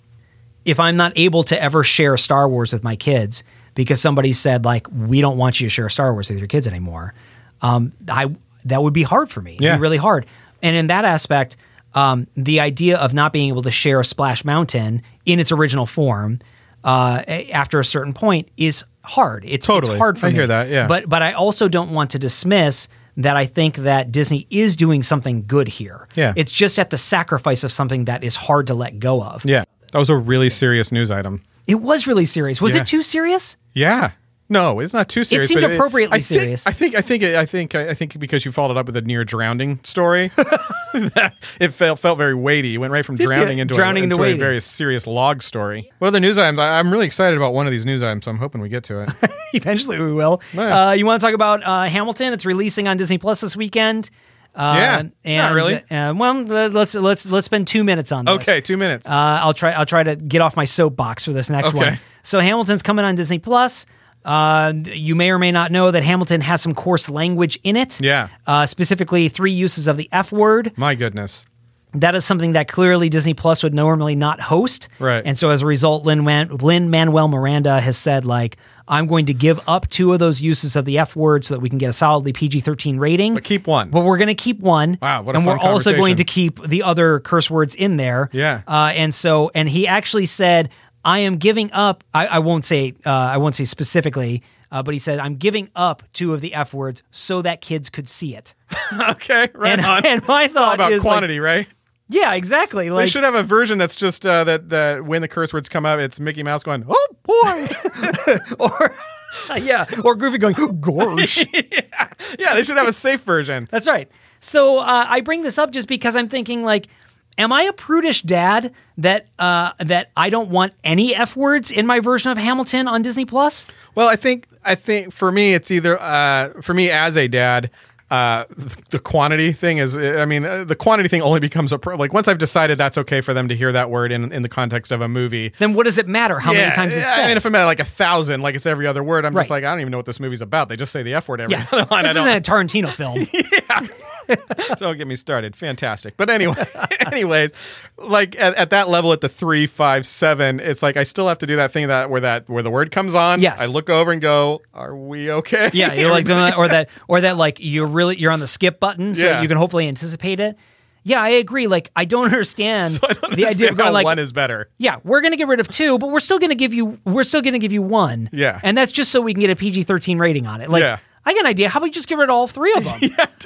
Speaker 2: If I'm not able to ever share Star Wars with my kids because somebody said, like, we don't want you to share Star Wars with your kids anymore, um, I that would be hard for me. It'd be
Speaker 1: Yeah.
Speaker 2: really hard. And in that aspect, um, the idea of not being able to share Splash Mountain in its original form uh, a- after a certain point is hard. It's,
Speaker 1: Totally.
Speaker 2: it's hard for
Speaker 1: I
Speaker 2: me.
Speaker 1: hear that, yeah.
Speaker 2: But but but I also don't want to dismiss that I think that Disney is doing something good here.
Speaker 1: Yeah.
Speaker 2: It's just at the sacrifice of something that is hard to let go of.
Speaker 1: yeah, that was a really serious news item.
Speaker 2: It was really serious. Was
Speaker 1: Yeah.
Speaker 2: it too serious? *laughs*
Speaker 1: Yeah. No, it's not too serious.
Speaker 2: seemed
Speaker 1: but
Speaker 2: appropriately
Speaker 1: I think,
Speaker 2: serious.
Speaker 1: I think, I think, I think, I think because you followed up with a near drowning story, *laughs* that it felt felt very weighty. You went right from drowning into
Speaker 2: drowning
Speaker 1: a,
Speaker 2: into
Speaker 1: into a
Speaker 2: weighty.
Speaker 1: very serious log story. What other news items? I- I'm really excited about one of these news items. So I'm hoping we get
Speaker 2: *laughs*
Speaker 1: to
Speaker 2: Uh,
Speaker 1: it.
Speaker 2: Eventually we will.
Speaker 1: Yeah.
Speaker 2: Uh, you want to talk about uh, Hamilton? It's releasing on Disney Plus this weekend. Uh,
Speaker 1: Yeah,
Speaker 2: and,
Speaker 1: not really.
Speaker 2: Uh, well, let's let's let's spend two minutes on this.
Speaker 1: okay, two minutes.
Speaker 2: Uh, I'll try. I'll try to get off my soapbox for this next
Speaker 1: Okay.
Speaker 2: one. So Hamilton's coming on Disney Plus. Uh, you may or may not know that Hamilton has some coarse language in it.
Speaker 1: Yeah.
Speaker 2: Uh, specifically, three uses of the F word.
Speaker 1: My goodness. *laughs*
Speaker 2: That is something that clearly Disney Plus would normally not host.
Speaker 1: Right.
Speaker 2: And so as a result, Lin Lin Manuel Miranda has said, like, I'm going to give up two of those uses of the F word so that we can get a solidly PG 13 rating.
Speaker 1: But keep one.
Speaker 2: But we're going to keep one.
Speaker 1: Wow, what a
Speaker 2: And
Speaker 1: fun
Speaker 2: we're also
Speaker 1: conversation.
Speaker 2: going to keep the other curse words in there.
Speaker 1: Yeah.
Speaker 2: Uh, and so, and he actually said, "I am giving up." I, I won't say. Uh, I won't say specifically, uh, but he said, "I'm giving up two of the f words so that kids could see
Speaker 1: *laughs*
Speaker 2: it."
Speaker 1: okay, right
Speaker 2: and,
Speaker 1: on.
Speaker 2: and my
Speaker 1: All
Speaker 2: thought
Speaker 1: about
Speaker 2: is like,
Speaker 1: quantity, right?
Speaker 2: yeah, exactly.
Speaker 1: They
Speaker 2: Like,
Speaker 1: should have a version that's just uh, that that when the curse words come out, it's Mickey Mouse going, "Oh boy." *laughs*
Speaker 2: *laughs* yeah, or Goofy going, "Gorge."
Speaker 1: *laughs* yeah, they should have a safe version.
Speaker 2: That's right. So uh, I bring this up just because I'm thinking like, am I a prudish dad that uh, that I don't want any f words in my version of Hamilton on Disney Plus?
Speaker 1: Well, I think I think for me it's either uh, for me as a dad. Uh, th- the quantity thing is, I mean, uh, the quantity thing only becomes a pro- like once I've decided that's okay for them to hear that word in in the context of a movie.
Speaker 2: Then what does it matter how many times it's
Speaker 1: yeah,
Speaker 2: said?
Speaker 1: I mean, if *laughs* I'm at like a thousand, like it's every other word, I'm just
Speaker 2: Right.
Speaker 1: like, I don't even know what this movie's about. They just say the f word every
Speaker 2: yeah,
Speaker 1: other line.
Speaker 2: this
Speaker 1: I
Speaker 2: isn't a Tarantino film.
Speaker 1: *laughs* so don't get me started. Fantastic. But
Speaker 2: *laughs*
Speaker 1: anyway, *laughs* anyways, like at, at that level, at the three, five, seven, it's like I still have to do that thing that where that where the word comes on.
Speaker 2: Yes.
Speaker 1: I look over and go, Are we okay?
Speaker 2: Yeah, you're like
Speaker 1: *laughs*
Speaker 2: doing that, or that, or that, like you're really you're on the skip button, so
Speaker 1: Yeah.
Speaker 2: you can hopefully anticipate it. Yeah, I agree. Like I don't
Speaker 1: *laughs*
Speaker 2: understand
Speaker 1: So I don't
Speaker 2: the idea
Speaker 1: understand
Speaker 2: of going
Speaker 1: how
Speaker 2: like,
Speaker 1: one is better.
Speaker 2: yeah, we're gonna get rid of two, but we're still gonna give you we're still gonna give you one.
Speaker 1: Yeah.
Speaker 2: and that's just so we can get a PG thirteen rating on it. Like
Speaker 1: Yeah.
Speaker 2: I got an idea. How about you just get rid of all three of
Speaker 1: *laughs*
Speaker 2: them?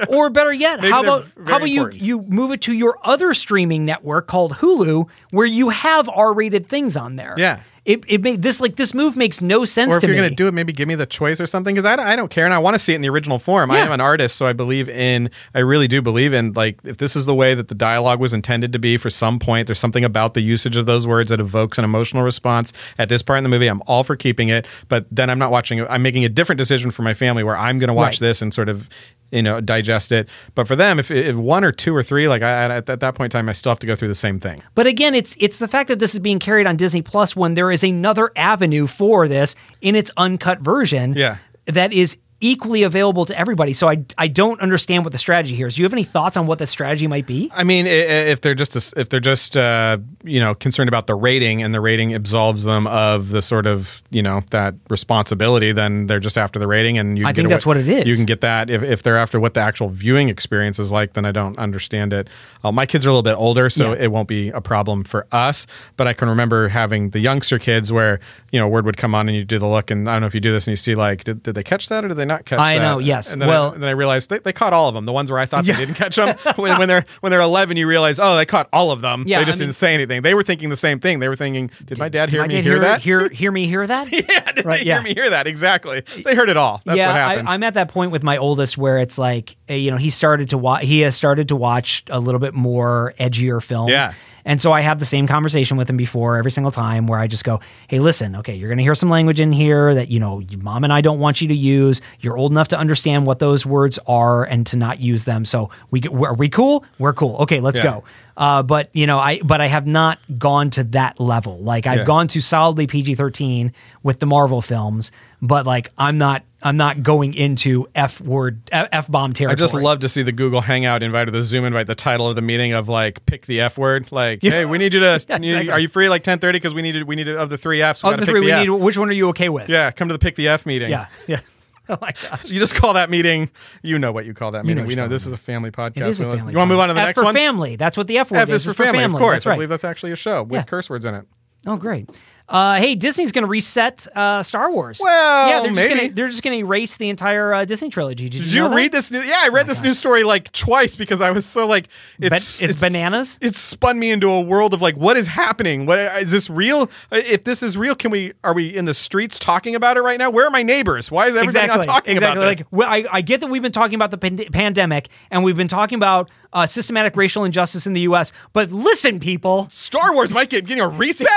Speaker 2: or better yet,
Speaker 1: Maybe
Speaker 2: how
Speaker 1: they're
Speaker 2: about
Speaker 1: very
Speaker 2: how about you
Speaker 1: important.
Speaker 2: you move it to your other streaming network called Hulu, where you have R-rated things on there?
Speaker 1: Yeah.
Speaker 2: It it made this like this move makes no sense
Speaker 1: Or if
Speaker 2: to
Speaker 1: you're
Speaker 2: me.
Speaker 1: going to do it, maybe give me the choice or something because I, don't- I don't care and I want to see it in the original form. I
Speaker 2: Yeah.
Speaker 1: am an artist, so I believe in, I really do believe in, like, if this is the way that the dialogue was intended to be for some point, there's something about the usage of those words that evokes an emotional response at this part in the movie. I'm all for keeping it, but then I'm not watching it. I'm making a different decision for my family where I'm going to watch
Speaker 2: Right.
Speaker 1: this and sort of. You know, digest it. But for them, if, if one or two or three, like I, I- at that point in time, I still have to go through the same thing.
Speaker 2: But again, it's it's the fact that this is being carried on Disney Plus when there is another avenue for this in its uncut version.
Speaker 1: Yeah.
Speaker 2: That is equally available to everybody. So I I don't understand what the strategy here is. Do you have any thoughts on what the strategy might be?
Speaker 1: I mean, i- i- if they're just if they're just uh, you know concerned about the rating and the rating absolves them of the sort of you know that responsibility, then they're just after the rating. And you
Speaker 2: I
Speaker 1: can
Speaker 2: think
Speaker 1: get
Speaker 2: that's what it is.
Speaker 1: You can get that if, if they're after what the actual viewing experience is like, then I don't understand it. Uh, my kids are a little bit older, so
Speaker 2: Yeah.
Speaker 1: it won't be a problem for us. But I can remember having the youngster kids where you know word would come on and you do the look, and I don't know if you do this and you see like did, did they catch that or did they not catch?
Speaker 2: I
Speaker 1: that?
Speaker 2: know, yes.
Speaker 1: And then
Speaker 2: Well-
Speaker 1: I, then I realized they, they caught all of them. The ones where I thought they didn't catch
Speaker 2: *laughs*
Speaker 1: them. when, when they're when they're 11, you realize, oh, they caught all of them.
Speaker 2: Yeah,
Speaker 1: they just
Speaker 2: I mean-
Speaker 1: didn't say anything. They were thinking the same thing. They were thinking, did, my dad
Speaker 2: Did
Speaker 1: hear
Speaker 2: my
Speaker 1: me
Speaker 2: dad
Speaker 1: hear,
Speaker 2: *laughs*
Speaker 1: that? *laughs*
Speaker 2: Hear, hear me hear that?
Speaker 1: yeah, did
Speaker 2: Right,
Speaker 1: they
Speaker 2: yeah.
Speaker 1: hear me hear that? Exactly. They heard it all. That's
Speaker 2: yeah,
Speaker 1: what happened.
Speaker 2: I, I'm at that point with my oldest where it's like, uh, you know, he started to watch. He has started to watch a little bit more edgier films.
Speaker 1: Yeah.
Speaker 2: And so I have the same conversation with him before every single time where I just go, hey, listen, okay, you're going to hear some language in here that, you know, your mom and I don't want you to use. You're old enough to understand what those words are and to not use them. So we get- are we cool? We're cool. Okay, let's
Speaker 1: Yeah.
Speaker 2: go. Uh, but you know, I but I have not gone to that level. Like I've
Speaker 1: Yeah.
Speaker 2: gone to solidly PG thirteen with the Marvel films, but like I'm not I'm not going into F word F bomb territory.
Speaker 1: I just love to see the Google Hangout invite or the Zoom invite, the title of the meeting of like pick the F word. Like, hey, we need you to.
Speaker 2: *laughs* Yeah,
Speaker 1: you-
Speaker 2: exactly.
Speaker 1: Are you free like ten thirty? Because we needed we needed of the three Fs. We
Speaker 2: of
Speaker 1: gotta
Speaker 2: the
Speaker 1: pick
Speaker 2: three. Oh,
Speaker 1: F.
Speaker 2: we need which one are you okay with?
Speaker 1: Yeah, come to the pick the F meeting.
Speaker 2: yeah, yeah. *laughs* Oh my gosh.
Speaker 1: You just call that meeting. You know what you call that meeting.
Speaker 2: what
Speaker 1: we
Speaker 2: you
Speaker 1: know
Speaker 2: call
Speaker 1: this
Speaker 2: that
Speaker 1: is a family podcast.
Speaker 2: It is a
Speaker 1: We-
Speaker 2: family.
Speaker 1: you want to move on to the
Speaker 2: F
Speaker 1: next
Speaker 2: for
Speaker 1: one?
Speaker 2: family. That's what the F word
Speaker 1: F is for
Speaker 2: It's
Speaker 1: family, of course.
Speaker 2: That's right.
Speaker 1: I believe that's actually a show with
Speaker 2: Yeah.
Speaker 1: curse words in it.
Speaker 2: Oh, great. Uh, hey, Disney's going to reset uh, Star Wars.
Speaker 1: Well,
Speaker 2: yeah, they're just
Speaker 1: maybe.
Speaker 2: gonna they're just going to erase the entire uh, Disney trilogy. Did,
Speaker 1: Did you
Speaker 2: know that?
Speaker 1: read this news? Yeah, I read this news story like twice because I was so like,
Speaker 2: Ba-
Speaker 1: it's
Speaker 2: it's, bananas.
Speaker 1: It spun me into a world of like, what is happening? What uh, is this real? Uh, If this is real, can we? Are we in the streets talking about it right now? Where are my neighbors? Why is everybody
Speaker 2: exactly.
Speaker 1: not talking
Speaker 2: exactly.
Speaker 1: about this?
Speaker 2: Like, well, I, I get that we've been talking about the pand- pandemic and we've been talking about uh, systematic racial injustice in the U.S. But listen, people, *laughs*
Speaker 1: Star Wars might get getting a reset.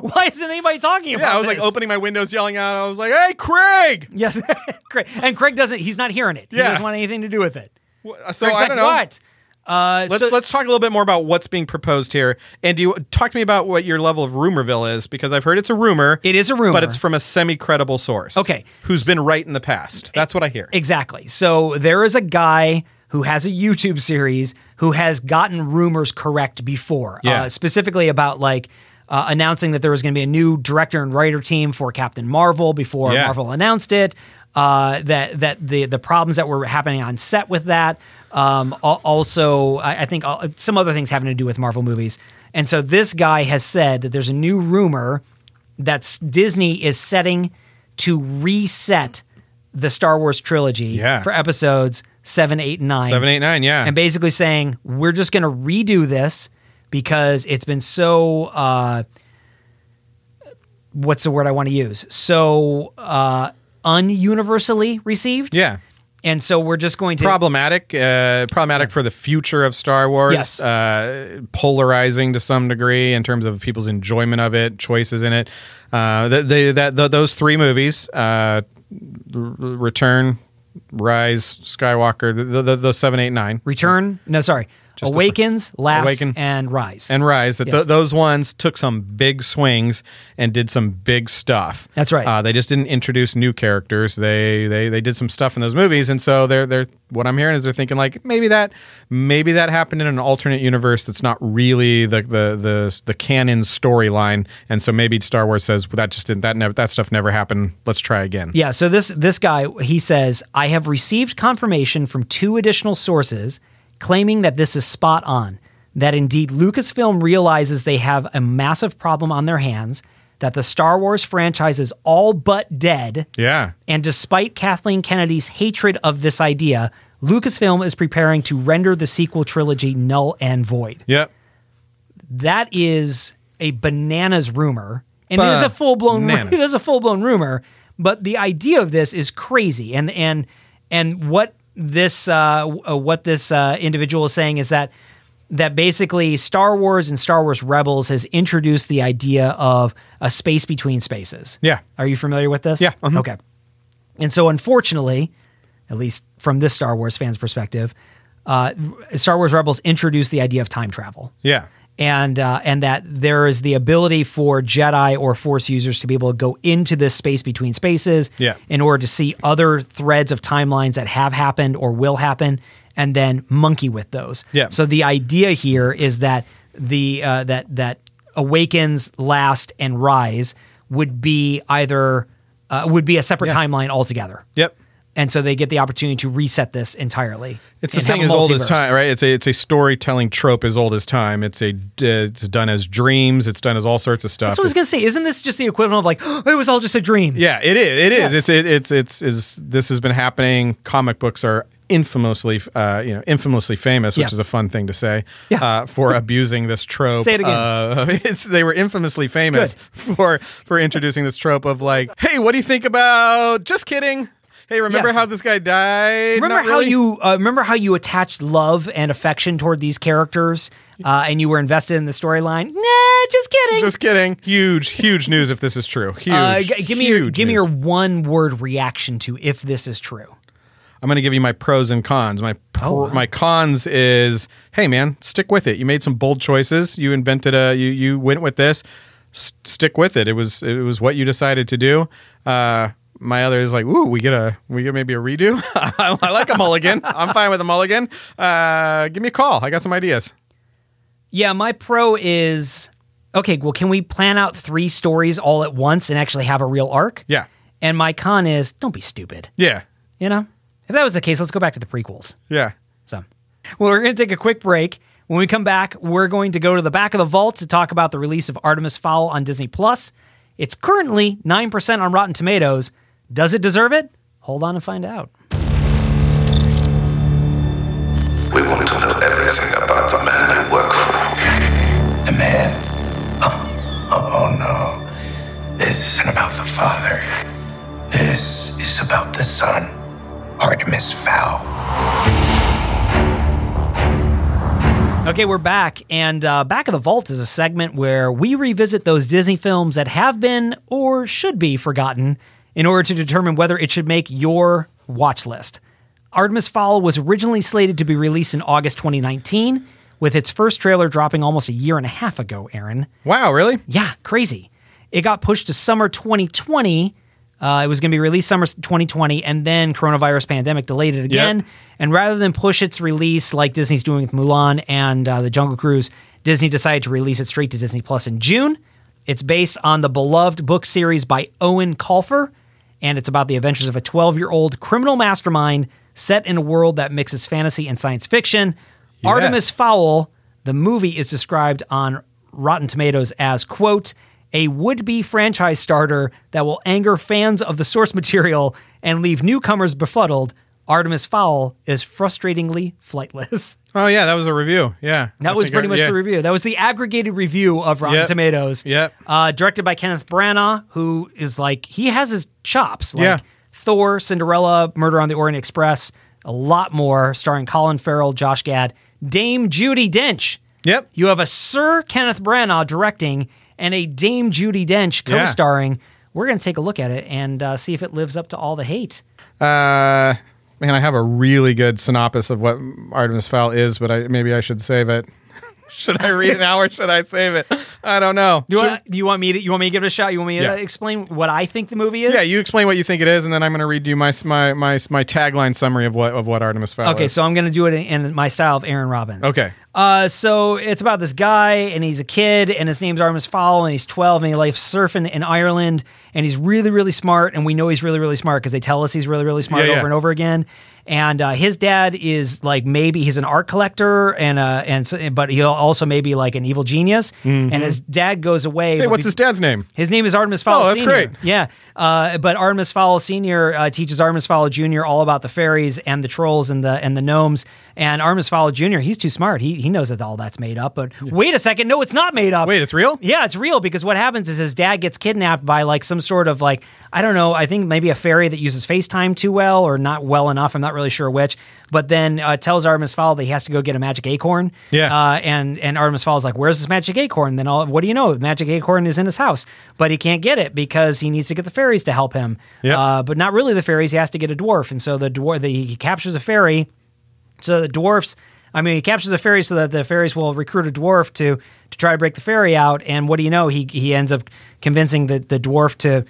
Speaker 2: why isn't anybody talking about?
Speaker 1: yeah, I was like
Speaker 2: this?
Speaker 1: opening my windows, yelling out. I was like, "Hey, Craig!"
Speaker 2: Yes, *laughs* Craig. And Craig doesn't. He's not hearing it. He
Speaker 1: Yeah.
Speaker 2: doesn't want anything to do with it.
Speaker 1: So
Speaker 2: Craig's
Speaker 1: I
Speaker 2: like,
Speaker 1: don't know.
Speaker 2: What? Uh,
Speaker 1: Let's
Speaker 2: so-
Speaker 1: let's talk a little bit more about what's being proposed here. And do you talk to me about what your level of rumorville is? Because I've heard it's a rumor.
Speaker 2: It is a rumor.
Speaker 1: but it's from a semi credible source.
Speaker 2: Okay.
Speaker 1: who's been right in the past? That's what I hear.
Speaker 2: Exactly. So there is a guy who has a YouTube series who has gotten rumors correct before,
Speaker 1: Yeah.
Speaker 2: uh, specifically about like uh, announcing that there was going to be a new director and writer team for Captain Marvel before
Speaker 1: Yeah.
Speaker 2: Marvel announced it. Uh, that that the the problems that were happening on set with that. Um, al- also, I, I think uh, some other things having to do with Marvel movies. And so this guy has said that there's a new rumor that Disney is setting to reset the Star Wars trilogy
Speaker 1: Yeah.
Speaker 2: for episodes seven, eight, and nine.
Speaker 1: Seven, eight, nine. Yeah.
Speaker 2: And basically saying, we're just going to redo this because it's been so. Uh, what's the word I want to use? So uh, ununiversally received.
Speaker 1: yeah.
Speaker 2: And so we're just going to.
Speaker 1: Problematic, uh, problematic for the future of Star Wars.
Speaker 2: Yes.
Speaker 1: Uh, polarizing to some degree in terms of people's enjoyment of it, choices in it. Uh, the, the, that, th those three movies, uh, R- Return, Rise, Skywalker, th th th- those seven, eight, nine.
Speaker 2: Return. No, sorry.
Speaker 1: the
Speaker 2: Awakens, Last,
Speaker 1: Awaken.
Speaker 2: and Rise.
Speaker 1: and Rise that th-
Speaker 2: Yes.
Speaker 1: those ones took some big swings and did some big stuff.
Speaker 2: That's right.
Speaker 1: Uh, they just didn't introduce new characters. They they they did some stuff in those movies, and so they're they're what I'm hearing is they're thinking like maybe that maybe that happened in an alternate universe that's not really the the the, the canon storyline, and so maybe Star Wars says well, that just didn't that never that stuff never happened. Let's try again.
Speaker 2: Yeah, so this this guy he says, "I have received confirmation from two additional sources claiming that this is spot on. That indeed Lucasfilm realizes they have a massive problem on their hands. that the Star Wars franchise is all but dead.
Speaker 1: Yeah.
Speaker 2: And despite Kathleen Kennedy's hatred of this idea, Lucasfilm is preparing to render the sequel trilogy null and void.
Speaker 1: Yep.
Speaker 2: That is a bananas rumor. And it is a full blown
Speaker 1: Bananas.
Speaker 2: *laughs* it is a full blown rumor, but the idea of this is crazy. And and and what this uh, w- uh, what this uh, individual is saying is that that basically Star Wars and Star Wars Rebels has introduced the idea of a space between spaces.
Speaker 1: Yeah.
Speaker 2: Are you familiar with this?
Speaker 1: Yeah, uh-huh.
Speaker 2: Okay. And so, unfortunately, at least from this Star Wars fan's perspective, uh, Star Wars Rebels introduced the idea of time travel.
Speaker 1: Yeah.
Speaker 2: And, uh, and that there is the ability for Jedi or Force users to be able to go into this space between spaces
Speaker 1: Yeah.
Speaker 2: in order to see other threads of timelines that have happened or will happen and then monkey with those.
Speaker 1: Yeah.
Speaker 2: So the idea here is that the uh, that that awakens, last, and rise would be either uh, would be a separate
Speaker 1: Yeah.
Speaker 2: timeline altogether.
Speaker 1: Yep.
Speaker 2: And so they get the opportunity to reset this entirely.
Speaker 1: It's this
Speaker 2: and have
Speaker 1: thing
Speaker 2: a
Speaker 1: as old as
Speaker 2: multiverse.
Speaker 1: time, right? It's a it's a storytelling trope as old as time. It's a uh, it's done as dreams. It's done as all sorts of stuff.
Speaker 2: That's what I was gonna say. Isn't this just the equivalent of like *gasps* it was all just a dream?
Speaker 1: yeah, it is. It is.
Speaker 2: Yes.
Speaker 1: It's it, it's it's is this has been happening. Comic books are infamously uh, you know infamously famous, which
Speaker 2: Yeah.
Speaker 1: is a fun thing to say
Speaker 2: Yeah.
Speaker 1: uh,
Speaker 2: *laughs*
Speaker 1: for abusing this trope.
Speaker 2: Say it again.
Speaker 1: Uh, *laughs* it's, they were infamously famous for for introducing this trope of like, hey, what do you think about? Just kidding. Hey, remember
Speaker 2: Yes.
Speaker 1: how this guy died?
Speaker 2: Remember
Speaker 1: Not
Speaker 2: how
Speaker 1: really.
Speaker 2: you uh, remember how you attached love and affection toward these characters, uh, and you were invested in the storyline? Nah, just kidding.
Speaker 1: Just kidding. Huge, huge news if this is true. Huge.
Speaker 2: Uh, g- give me your
Speaker 1: huge
Speaker 2: give me
Speaker 1: news.
Speaker 2: your one word reaction to if this is true.
Speaker 1: I'm going to give you my pros and cons. My pr-
Speaker 2: Oh, wow.
Speaker 1: my cons is, hey man, stick with it. You made some bold choices. You invented a you you went with this. S- stick with it. It was it was what you decided to do. Uh, my other is like, ooh, we get a we get maybe a redo. *laughs* I, I like a mulligan. I'm fine with a mulligan. Uh, give me a call. I got some ideas.
Speaker 2: Yeah, my pro is okay. Well, can we plan out three stories all at once and actually have a real arc?
Speaker 1: Yeah,
Speaker 2: And my con is don't be stupid.
Speaker 1: yeah,
Speaker 2: You know, if that was the case, let's go back to the prequels.
Speaker 1: yeah.
Speaker 2: So, well, we're going to take a quick break. When we come back, we're going to go to the back of the vault to talk about the release of Artemis Fowl on Disney Plus. It's currently 9% on Rotten Tomatoes. Does it deserve it? Hold on and find out.
Speaker 7: We want to know everything about the man you work for. The man? Oh, oh, no. This isn't about the father. This is about the son, Artemis Fowl.
Speaker 2: Okay, we're back, and uh, Back of the Vault is a segment where we revisit those Disney films that have been or should be forgotten in order to determine whether it should make your watch list. Artemis Fowl was originally slated to be released in August 2019, with its first trailer dropping almost a year and a half ago, Aaron.
Speaker 1: Wow, really?
Speaker 2: Yeah, crazy. It got pushed to summer 2020. Uh, it was going to be released summer 2020, and then coronavirus pandemic delayed it again.
Speaker 1: Yep.
Speaker 2: And rather than push its release like Disney's doing with Mulan and uh, the Jungle Cruise, Disney decided to release it straight to Disney Plus in June. It's based on the beloved book series by Owen Colfer, and it's about the adventures of a 12 year old criminal mastermind set in a world that mixes fantasy and science fiction. Artemis Fowl, the movie is described on Rotten Tomatoes as quote a would-be franchise starter that will anger fans of the source material and leave newcomers befuddled. Artemis Fowl is frustratingly flightless. *laughs*
Speaker 1: Oh yeah, that was a review. Yeah,
Speaker 2: That
Speaker 1: I
Speaker 2: was
Speaker 1: think
Speaker 2: pretty
Speaker 1: I-
Speaker 2: much
Speaker 1: yeah.
Speaker 2: the review. That was the aggregated review of Rotten
Speaker 1: Yep.
Speaker 2: Tomatoes.
Speaker 1: Yep.
Speaker 2: Uh, directed by Kenneth Branagh, who is like he has his chops. Like
Speaker 1: Yeah.
Speaker 2: Thor, Cinderella, Murder on the Orient Express, a lot more. Starring Colin Farrell, Josh Gad, Dame Judy Dench.
Speaker 1: Yep.
Speaker 2: You have a Sir Kenneth Branagh directing and a Dame Judy Dench
Speaker 1: Yeah.
Speaker 2: co-starring. We're going to take a look at it and uh, see if it lives up to all the hate.
Speaker 1: Uh, man, I have a really good synopsis of what Artemis Fowl is, but I, maybe I should save it. *laughs* should I read it now or should I save it? I don't know.
Speaker 2: Do you,
Speaker 1: Should-
Speaker 2: want, do you want me to? You want me to give it a shot? You want me
Speaker 1: Yeah.
Speaker 2: to explain what I think the movie is?
Speaker 1: yeah, you explain what you think it is, and then I'm going to read you my my my my tagline summary of what of what Artemis Fowl.
Speaker 2: Okay,
Speaker 1: is.
Speaker 2: so I'm going to do it in, in my style of Aaron Robbins.
Speaker 1: Okay.
Speaker 2: Uh, so it's about this guy, and he's a kid, and his name's Artemis Fowl, and he's 12, and he lives surfing in Ireland, and he's really, really smart, and we know he's really, really smart because they tell us he's really, really smart
Speaker 1: Yeah, yeah.
Speaker 2: over and over again. And uh, his dad is like maybe he's an art collector, and uh, and so, but he'll also maybe like an evil genius. And his dad goes away.
Speaker 1: Mm-hmm. Hey,
Speaker 2: but
Speaker 1: what's
Speaker 2: be-
Speaker 1: his dad's name?
Speaker 2: his name is Artemis Fowl.
Speaker 1: Oh, that's
Speaker 2: Sr..
Speaker 1: great.
Speaker 2: Yeah, uh, but Artemis Fowl Senior uh, teaches Artemis Fowl Junior all about the fairies and the trolls and the and the gnomes. And Artemis Fowl Junior, he's too smart. He he knows that all that's made up. But wait a second, no, it's not made up.
Speaker 1: Wait, it's real?
Speaker 2: Yeah, it's real because what happens is his dad gets kidnapped by like some sort of like I don't know. I think maybe a fairy that uses FaceTime too well or not well enough. I'm not really sure which. But then uh, tells Artemis Fowl that he has to go get a magic acorn.
Speaker 1: Yeah.
Speaker 2: Uh, and and Artemis Fowl is like, "Where's this magic acorn?" Then all, what do you know? The magic acorn is in his house, but he can't get it because he needs to get the fairies to help him.
Speaker 1: Yeah.
Speaker 2: Uh, but not really the fairies. He has to get a dwarf, and so the dwarf the, he captures a fairy. So the dwarfs. I mean, he captures a fairy so that the fairies will recruit a dwarf to to try to break the fairy out. And what do you know? He he ends up convincing the the dwarf to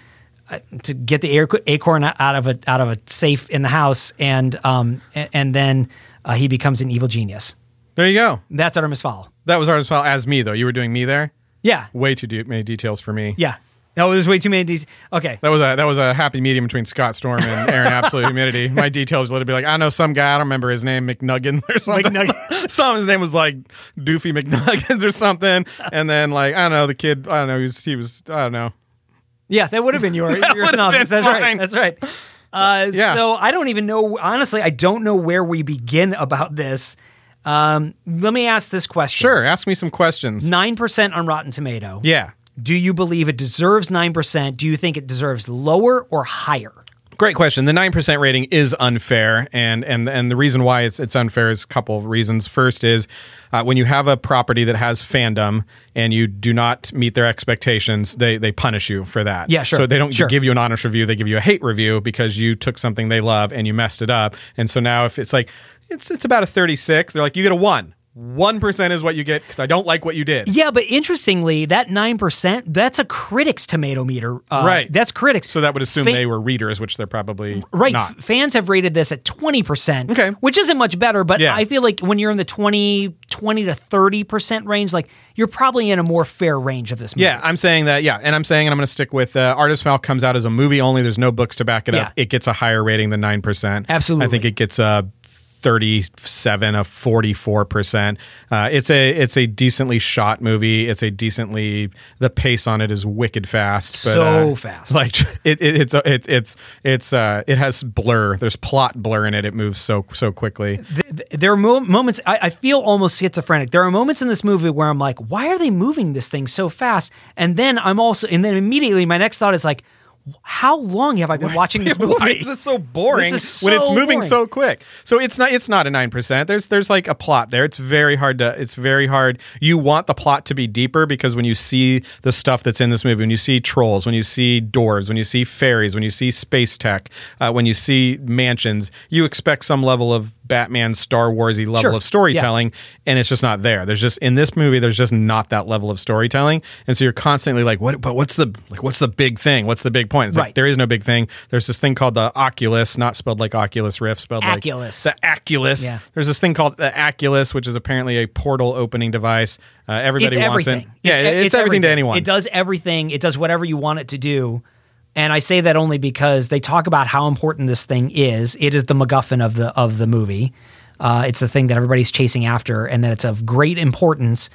Speaker 2: uh, to get the ac- acorn out of a out of a safe in the house, and um a- and then uh, he becomes an evil genius.
Speaker 1: There you go.
Speaker 2: That's Artemis Fowl.
Speaker 1: That was Artemis Fowl as me though. You were doing me there.
Speaker 2: Yeah.
Speaker 1: Way too de- many details for me.
Speaker 2: Yeah. No, there's way too many. De- okay.
Speaker 1: That was a that was a happy medium between Scott Storm and
Speaker 2: *laughs*
Speaker 1: Aaron Absolute Humidity. My details would be like, I know some guy, I don't remember his name, McNuggins or something. *laughs*
Speaker 2: McNuggins.
Speaker 1: some his name was like Doofy McNuggins or something. And then like, I don't know, the kid, I don't know, he was he was I don't know.
Speaker 2: *laughs* Yeah, that would have been
Speaker 1: *laughs*
Speaker 2: your, your
Speaker 1: would've
Speaker 2: synopsis.
Speaker 1: been
Speaker 2: That's
Speaker 1: mine.
Speaker 2: right. That's right. Uh,
Speaker 1: Yeah.
Speaker 2: So I don't even know. Honestly, I don't know where we begin about this. Um, let me ask this question.
Speaker 1: Sure, ask me some questions.
Speaker 2: Nine percent on Rotten Tomato.
Speaker 1: Yeah.
Speaker 2: Do you believe it deserves nine percent? Do you think it deserves lower or higher?
Speaker 1: Great question. The nine percent rating is unfair, and and and the reason why it's it's unfair is a couple of reasons. First is uh, when you have a property that has fandom and you do not meet their expectations, they they punish you for that.
Speaker 2: Yeah, sure.
Speaker 1: So they don't
Speaker 2: Sure.
Speaker 1: give you an honest review; they give you a hate review because you took something they love and you messed it up. And so now if it's like it's it's about a thirty six, they're like you get a one. One percent is what you get because I don't like what you did.
Speaker 2: Yeah, but interestingly, that nine percent—that's a critic's tomato meter. Uh,
Speaker 1: Right.
Speaker 2: That's critics.
Speaker 1: So that would assume
Speaker 2: Fa-
Speaker 1: they were readers, which they're probably
Speaker 2: Right.
Speaker 1: Not.
Speaker 2: f- Fans have rated this at 20%,
Speaker 1: Okay.
Speaker 2: which isn't much better, but
Speaker 1: Yeah.
Speaker 2: I feel like when you're in the 20, 20 to 30% range, like you're probably in a more fair range of this movie.
Speaker 1: Yeah, I'm saying that. Yeah, and I'm saying, and I'm going to stick with uh, Artist Foul comes out as a movie only. There's no books to back it up.
Speaker 2: Yeah.
Speaker 1: It gets a higher rating than nine percent.
Speaker 2: Absolutely.
Speaker 1: I think it gets a thirty-seven, a forty-four percent. Uh, it's a it's a decently shot movie. It's a decently the pace on it is wicked fast. But,
Speaker 2: So
Speaker 1: uh,
Speaker 2: fast.
Speaker 1: Like *laughs* it, it it's it, it's it's uh, it has blur. There's plot blur in it. It moves so so quickly.
Speaker 2: Th- There are mo- moments, I, I feel almost schizophrenic. There are moments in this movie where I'm like, why are they moving this thing so fast? And then I'm also, and then immediately my next thought is like, how long have I
Speaker 1: *laughs*
Speaker 2: been watching this movie?
Speaker 1: Why is this so boring
Speaker 2: This is
Speaker 1: when it's
Speaker 2: so
Speaker 1: moving
Speaker 2: boring.
Speaker 1: so quick? So it's not it's not a nine percent. There's there's like a plot there. It's very hard to it's very hard. You want the plot to be deeper because when you see the stuff that's in this movie, when you see trolls, when you see doors, when you see fairies, when you see space tech, uh, when you see mansions, you expect some level of Batman, Star Warsy level
Speaker 2: Sure.
Speaker 1: of storytelling, and it's just not there. There's just in this movie, there's just not that level of storytelling, and so you're constantly like, what? But what's the like? What's the big thing? What's the big point? It's
Speaker 2: Right.
Speaker 1: like there is no big thing. There's this thing called the Oculus, not spelled like Oculus Rift, spelled
Speaker 2: Aculus.
Speaker 1: like the Aculus.
Speaker 2: Yeah.
Speaker 1: There's this thing called the Aculus, which is apparently a portal opening device. Uh, everybody
Speaker 2: it's
Speaker 1: wants
Speaker 2: everything.
Speaker 1: it. Yeah, it's, everything, to anyone.
Speaker 2: It does everything. It does whatever you want it to do. And I say that only because they talk about how important this thing is. It is the MacGuffin of the of the movie. Uh, it's the thing that everybody's chasing after, and that it's of great importance.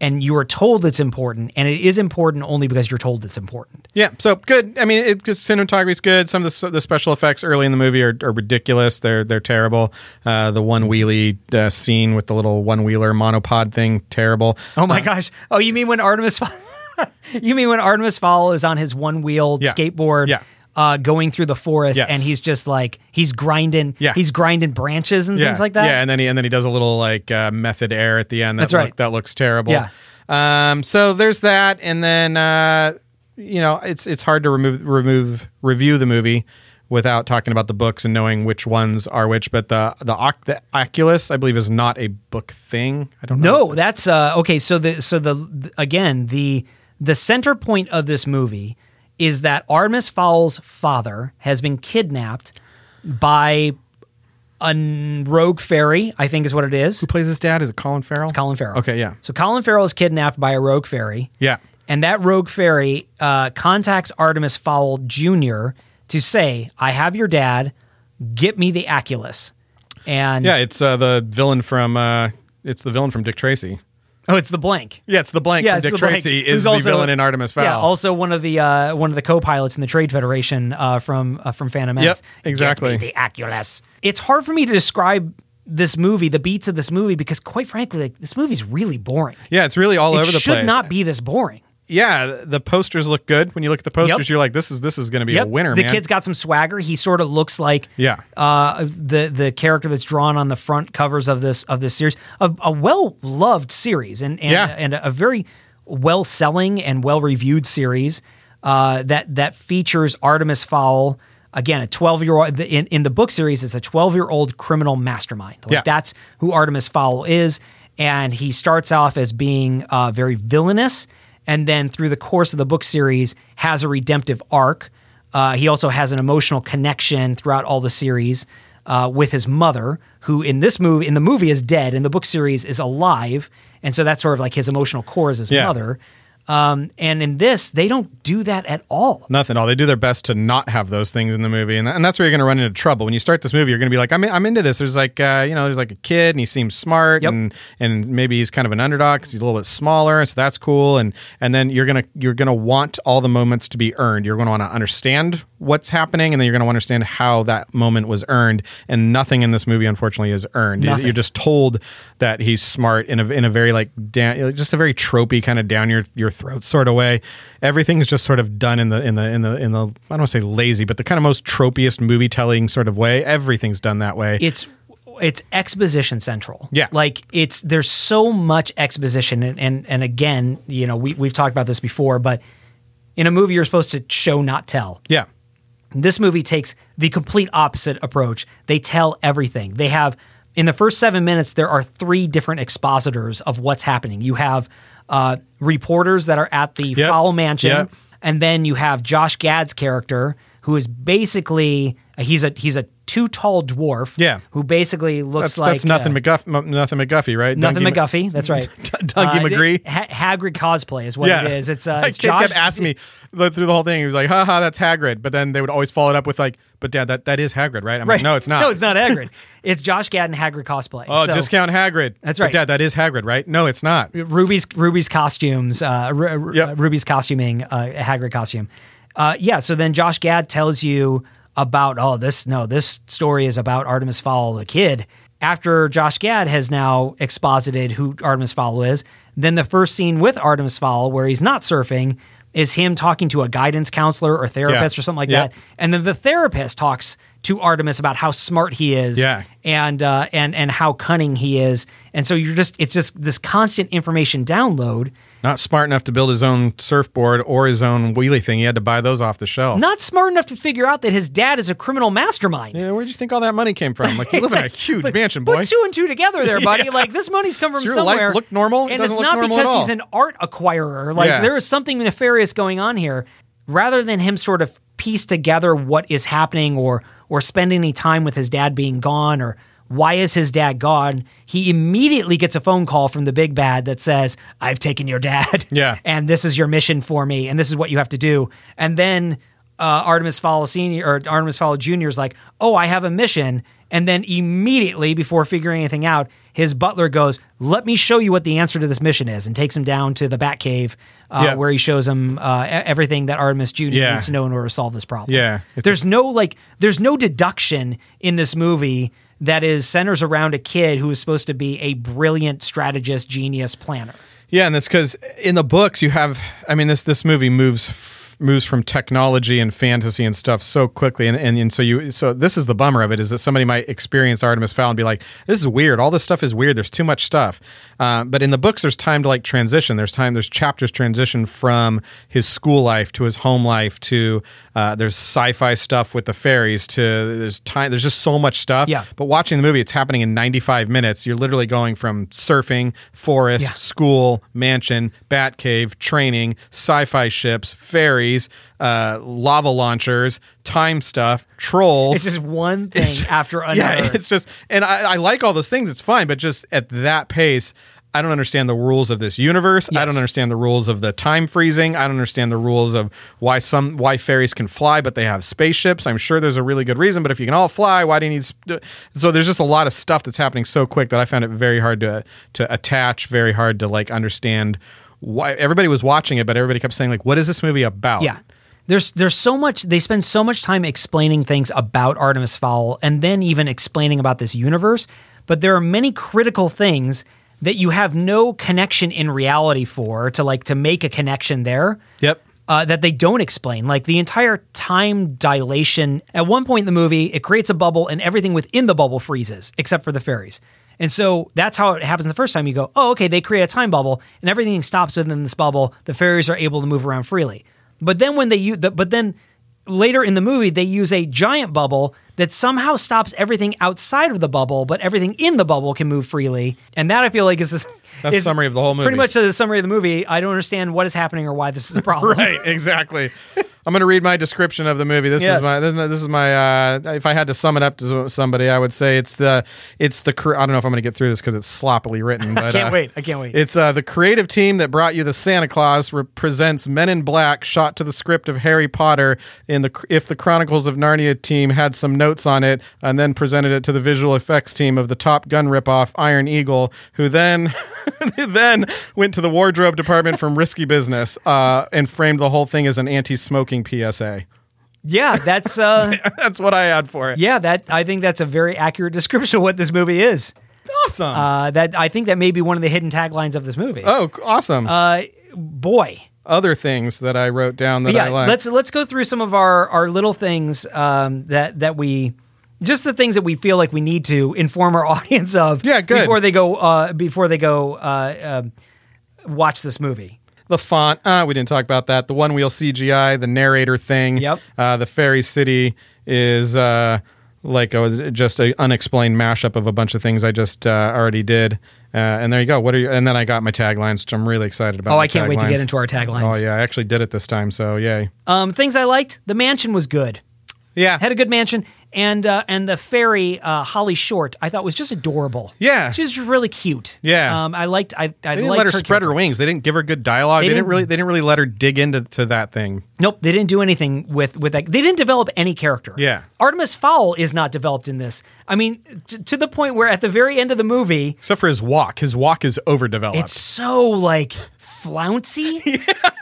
Speaker 2: And you are told it's important, and it is important only because you're told it's important.
Speaker 1: Yeah, so good. I mean, it, 'cause cinematography's good. Some of the, s- the special effects early in the movie are, are ridiculous. They're they're terrible. Uh, the one wheelie uh, scene with the little one wheeler monopod thing, terrible.
Speaker 2: Oh my gosh! Oh, you mean when Artemis? Fowl- *laughs* you mean when Artemis Fowl is on his one wheeled
Speaker 1: Yeah.
Speaker 2: skateboard?
Speaker 1: Yeah.
Speaker 2: Uh, going through the forest,
Speaker 1: Yes.
Speaker 2: and he's just like he's grinding,
Speaker 1: Yeah.
Speaker 2: he's grinding branches and
Speaker 1: yeah,
Speaker 2: things like that.
Speaker 1: Yeah, and then he and then he does a little like uh, method air at the end. That
Speaker 2: That's
Speaker 1: look-
Speaker 2: right.
Speaker 1: That looks terrible.
Speaker 2: Yeah.
Speaker 1: Um. So there's that, and then uh, you know, it's it's hard to remove remove review the movie without talking about the books and knowing which ones are which. But the the, Oc- the Oculus, I believe, is not a book thing. I don't know.
Speaker 2: No, that's uh, okay. So the so the th- again the the center point of this movie is that Artemis Fowl's father has been kidnapped by a rogue fairy, I think is what it is.
Speaker 1: Who plays his dad? Is it Colin Farrell?
Speaker 2: Colin Farrell.
Speaker 1: Okay, yeah.
Speaker 2: So Colin Farrell is kidnapped by a rogue fairy.
Speaker 1: Yeah.
Speaker 2: And that rogue fairy uh, contacts Artemis Fowl Jr. to say, I have your dad. Get me the Aculus. And
Speaker 1: Yeah, it's uh, the villain from uh, it's the villain from Dick Tracy.
Speaker 2: oh, it's the blank.
Speaker 1: Yeah, it's the blank
Speaker 2: Yeah,
Speaker 1: from
Speaker 2: it's
Speaker 1: Dick
Speaker 2: the blank,
Speaker 1: Tracy
Speaker 2: who's
Speaker 1: is the
Speaker 2: also-
Speaker 1: villain in Artemis Fowl.
Speaker 2: Yeah, also one of the uh, one of the co-pilots in the Trade Federation uh, from uh, from Phantom Menace.
Speaker 1: Yep, exactly.
Speaker 2: Get me the Aculus. It's hard for me to describe this movie, the beats of this movie, because quite frankly, like, this movie's really boring.
Speaker 1: yeah, it's really all
Speaker 2: it
Speaker 1: over the
Speaker 2: should
Speaker 1: place.
Speaker 2: not be this boring.
Speaker 1: yeah, the posters look good. When you look at the posters,
Speaker 2: Yep.
Speaker 1: you're like, this is this is going to be a winner,
Speaker 2: The
Speaker 1: man.
Speaker 2: kid's got some swagger. He sort of looks like
Speaker 1: Yeah.
Speaker 2: uh, the the character that's drawn on the front covers of this of this series, a, a well loved series, and and,
Speaker 1: Yeah.
Speaker 2: and a very well selling and well reviewed series uh, that that features Artemis Fowl. Again, a twelve year old in, in the book series, it's a twelve year old criminal mastermind. Like
Speaker 1: Yeah.
Speaker 2: that's who Artemis Fowl is, and he starts off as being uh, very villainous, and then through the course of the book series, has a redemptive arc. Uh, he also has an emotional connection throughout all the series uh, with his mother, who in this movie, in the movie, is dead, in the book series is alive, and so that's sort of like his emotional core is his
Speaker 1: Yeah.
Speaker 2: mother. Um, and in this, they don't do that at all.
Speaker 1: Nothing at all. They do their best to not have those things in the movie, and, and that's where you're going to run into trouble. When you start this movie, you're going to be like, I'm, I'm into this. There's like, uh, you know, there's like a kid, and he seems smart,
Speaker 2: Yep.
Speaker 1: and and maybe he's kind of an underdog because he's a little bit smaller, so that's cool. And and then you're gonna you're gonna want all the moments to be earned. You're going to want to understand what's happening, and then you're going to understand how that moment was earned. And nothing in this movie, unfortunately, is earned. You-
Speaker 2: Nothing.
Speaker 1: You're just told that he's smart in a in a very like down, just a very tropey kind of down your your throat sort of way. Everything's just sort of done in the in the in the in the I don't want to say lazy, but the kind of most tropiest movie telling sort of way. Everything's done that way.
Speaker 2: it's it's exposition central.
Speaker 1: Yeah.
Speaker 2: Like it's there's so much exposition and and, and again, you know, we we've talked about this before, but in a movie you're supposed to show not tell.
Speaker 1: yeah.
Speaker 2: This movie takes the complete opposite approach. They tell everything. They have in the first seven minutes, there are three different expositors of what's happening. You have uh, reporters that are at the
Speaker 1: Yep.
Speaker 2: Fowl Mansion,
Speaker 1: Yep.
Speaker 2: and then you have Josh Gad's character, who is basically he's a he's a too tall dwarf,
Speaker 1: Yeah.
Speaker 2: who basically looks
Speaker 1: That's,
Speaker 2: like
Speaker 1: that's nothing
Speaker 2: uh,
Speaker 1: McGuff, M- nothing McGuffey, right?
Speaker 2: nothing
Speaker 1: Dungy Mc-
Speaker 2: McGuffey. That's
Speaker 1: *laughs*
Speaker 2: right, Uh,
Speaker 1: Dougie McGree?
Speaker 2: Ha- Hagrid cosplay is what it is.
Speaker 1: *laughs*
Speaker 2: It's uh,
Speaker 1: My
Speaker 2: it's
Speaker 1: kid
Speaker 2: Josh
Speaker 1: kept asking
Speaker 2: *laughs*
Speaker 1: me like, through the whole thing. He was like, "Ha ha, that's Hagrid." But then they would always follow it up with like, "But Dad, that, that is Hagrid, right?" I'm like, "No, it's not.
Speaker 2: *laughs* no, it's not Hagrid. it's Josh Gad and Hagrid cosplay.
Speaker 1: Oh,
Speaker 2: So-
Speaker 1: discount Hagrid.
Speaker 2: That's
Speaker 1: But
Speaker 2: right.
Speaker 1: Dad, that is Hagrid, right? No, it's not.
Speaker 2: Ruby's Ruby's costumes, uh, Ru- Ru-
Speaker 1: Yep.
Speaker 2: Ruby's costuming, uh, Hagrid costume. Uh, yeah. So then Josh Gad tells you about oh this no this story is about Artemis Fowl the kid. After Josh Gad has now exposited who Artemis Fowl is, then the first scene with Artemis Fowl where he's not surfing is him talking to a guidance counselor or therapist
Speaker 1: Yeah.
Speaker 2: or something like
Speaker 1: Yep.
Speaker 2: that, and then the therapist talks to Artemis about how smart he is
Speaker 1: Yeah.
Speaker 2: and uh, and and how cunning he is. And so you're just it's just this constant information download.
Speaker 1: Not smart enough to build his own surfboard or his own wheelie thing. He had to buy those off the shelf.
Speaker 2: Not smart enough to figure out that his dad is a criminal mastermind.
Speaker 1: Yeah, where'd you think all that money came from? Like you
Speaker 2: *laughs*
Speaker 1: live in a huge mansion, boy.
Speaker 2: Put two and two
Speaker 1: *laughs*
Speaker 2: together, there, buddy. Like this money's come from
Speaker 1: Does your life
Speaker 2: somewhere.
Speaker 1: look normal? It
Speaker 2: and
Speaker 1: doesn't look
Speaker 2: it's not
Speaker 1: normal at
Speaker 2: because he's
Speaker 1: all.
Speaker 2: an art acquirer. Like
Speaker 1: Yeah.
Speaker 2: there is something nefarious going on here. Rather than him sort of piece together what is happening or or spend any time with his dad being gone or why is his dad gone, he immediately gets a phone call from the big bad that says, "I've taken your dad."
Speaker 1: Yeah.
Speaker 2: *laughs* and this is your mission for me, and this is what you have to do. And then uh, Artemis Fowl Senior or Artemis Fowl Junior is like, "Oh, I have a mission." And then immediately, before figuring anything out, his butler goes, "Let me show you what the answer to this mission is," and takes him down to the Batcave, uh,
Speaker 1: Yeah.
Speaker 2: where he shows him uh, e- everything that Artemis Junior
Speaker 1: Yeah.
Speaker 2: needs to know in order to solve this problem.
Speaker 1: Yeah. It's
Speaker 2: there's no like, there's no deduction in this movie that is centers around a kid who is supposed to be a brilliant strategist, genius, planner.
Speaker 1: Yeah, and that's because in the books you have. I mean, this this movie moves f- moves from technology and fantasy and stuff so quickly, and, and and so you so this is the bummer of it is that somebody might experience Artemis Fowl and be like, this is weird. All this stuff is weird. There's too much stuff. Uh, but in the books, there's time to like transition. There's time. There's chapters transition from his school life to his home life to uh, there's sci-fi stuff with the fairies to there's time. There's just so much stuff.
Speaker 2: Yeah.
Speaker 1: But watching the movie, it's happening in 95 minutes. You're literally going from surfing, forest,
Speaker 2: Yeah.
Speaker 1: school, mansion, bat cave, training, sci-fi ships, fairies, batteries, uh, lava launchers, time stuff, trolls.
Speaker 2: It's just one thing after another.
Speaker 1: yeah, it's just, and I, I like all those things. It's fine, but just at that pace, I don't understand the rules of this universe. I
Speaker 2: Yes.
Speaker 1: don't understand the rules of the time freezing. I don't understand the rules of why some why fairies can fly, but they have spaceships. I'm sure there's a really good reason, but if you can all fly, why do you need? Sp- so there's just a lot of stuff that's happening so quick that I found it very hard to to attach, very hard to like understand why everybody was watching it, but everybody kept saying like, "What is this movie about?"
Speaker 2: Yeah. There's there's so much they spend so much time explaining things about Artemis Fowl and then even explaining about this universe, but there are many critical things that you have no connection in reality for to like to make a connection there.
Speaker 1: Yep.
Speaker 2: uh, that they don't explain. Like the entire time dilation. At one point in the movie, it creates a bubble and everything within the bubble freezes except for the fairies. And so that's how it happens the first time. You go, oh, okay, they create a time bubble and everything stops within this bubble. The fairies are able to move around freely. But then when they use, the, but then later in the movie, they use a giant bubble that somehow stops everything outside of the bubble, but everything in the bubble can move freely. And that I feel like is this.
Speaker 1: That's
Speaker 2: is
Speaker 1: summary of the whole movie.
Speaker 2: Pretty much the summary of the movie. I don't understand what is happening or why
Speaker 1: *laughs*
Speaker 2: this is a problem.
Speaker 1: right exactly i'm going to read my description of the movie this
Speaker 2: Yes.
Speaker 1: is my this, this is my uh, if i had to sum it up to somebody i would say it's the it's the cre- i don't know if i'm going to get through this because it's sloppily written but
Speaker 2: can't
Speaker 1: uh,
Speaker 2: wait. *laughs* I can't wait.
Speaker 1: it's uh, the creative team that brought you the Santa Claus re- presents Men in Black, shot to the script of Harry Potter. In the cr- if the Chronicles of Narnia team had some notes on it, and then presented it to the visual effects team of the Top Gun ripoff Iron Eagle, who then *laughs* then went to the wardrobe department from Risky Business uh, and framed the whole thing as an anti-smoking PSA.
Speaker 2: yeah, that's uh,
Speaker 1: *laughs* That's what I had for it.
Speaker 2: yeah, that I think that's a very accurate description of what this movie is.
Speaker 1: Awesome.
Speaker 2: Uh, that I think that may be one of the hidden taglines of this movie.
Speaker 1: oh, c- awesome.
Speaker 2: Uh, Boy,
Speaker 1: Other things that I wrote down that
Speaker 2: yeah.
Speaker 1: I like.
Speaker 2: Let's let's go through some of our our little things um, that that we. Just the things that we feel like we need to inform our *laughs* audience of,
Speaker 1: Yeah, good.
Speaker 2: before they go uh, before they go uh, um watch this movie.
Speaker 1: the font. Uh, we didn't talk about that. The one wheel CGI, the narrator thing.
Speaker 2: Yep.
Speaker 1: Uh, the fairy city is uh, like a, just an unexplained mashup of a bunch of things I just uh, already did. Uh, and there you go. What are you? And then I got my taglines, which I'm really excited about.
Speaker 2: Oh,
Speaker 1: my
Speaker 2: I can't wait to
Speaker 1: taglines.
Speaker 2: get into our taglines.
Speaker 1: Oh yeah, I actually did it this time. So yay.
Speaker 2: Um, things I liked: the mansion was good.
Speaker 1: yeah.
Speaker 2: had a good mansion and uh, and the fairy uh, Holly Short I thought was just adorable.
Speaker 1: Yeah.
Speaker 2: she's just really cute.
Speaker 1: Yeah.
Speaker 2: um, I liked I I
Speaker 1: they didn't
Speaker 2: liked
Speaker 1: let her spread her
Speaker 2: character.
Speaker 1: wings. They didn't give her good dialogue. They,
Speaker 2: They
Speaker 1: didn't,
Speaker 2: didn't-
Speaker 1: really. They didn't really let her dig into to that thing.
Speaker 2: Nope, they didn't do anything with with that. They didn't develop any character.
Speaker 1: Yeah.
Speaker 2: Artemis Fowl is not developed in this. I mean, t- to the point where at the very end of the movie,
Speaker 1: Except for his walk. His walk is overdeveloped.
Speaker 2: it's so like
Speaker 1: *laughs*
Speaker 2: flouncy.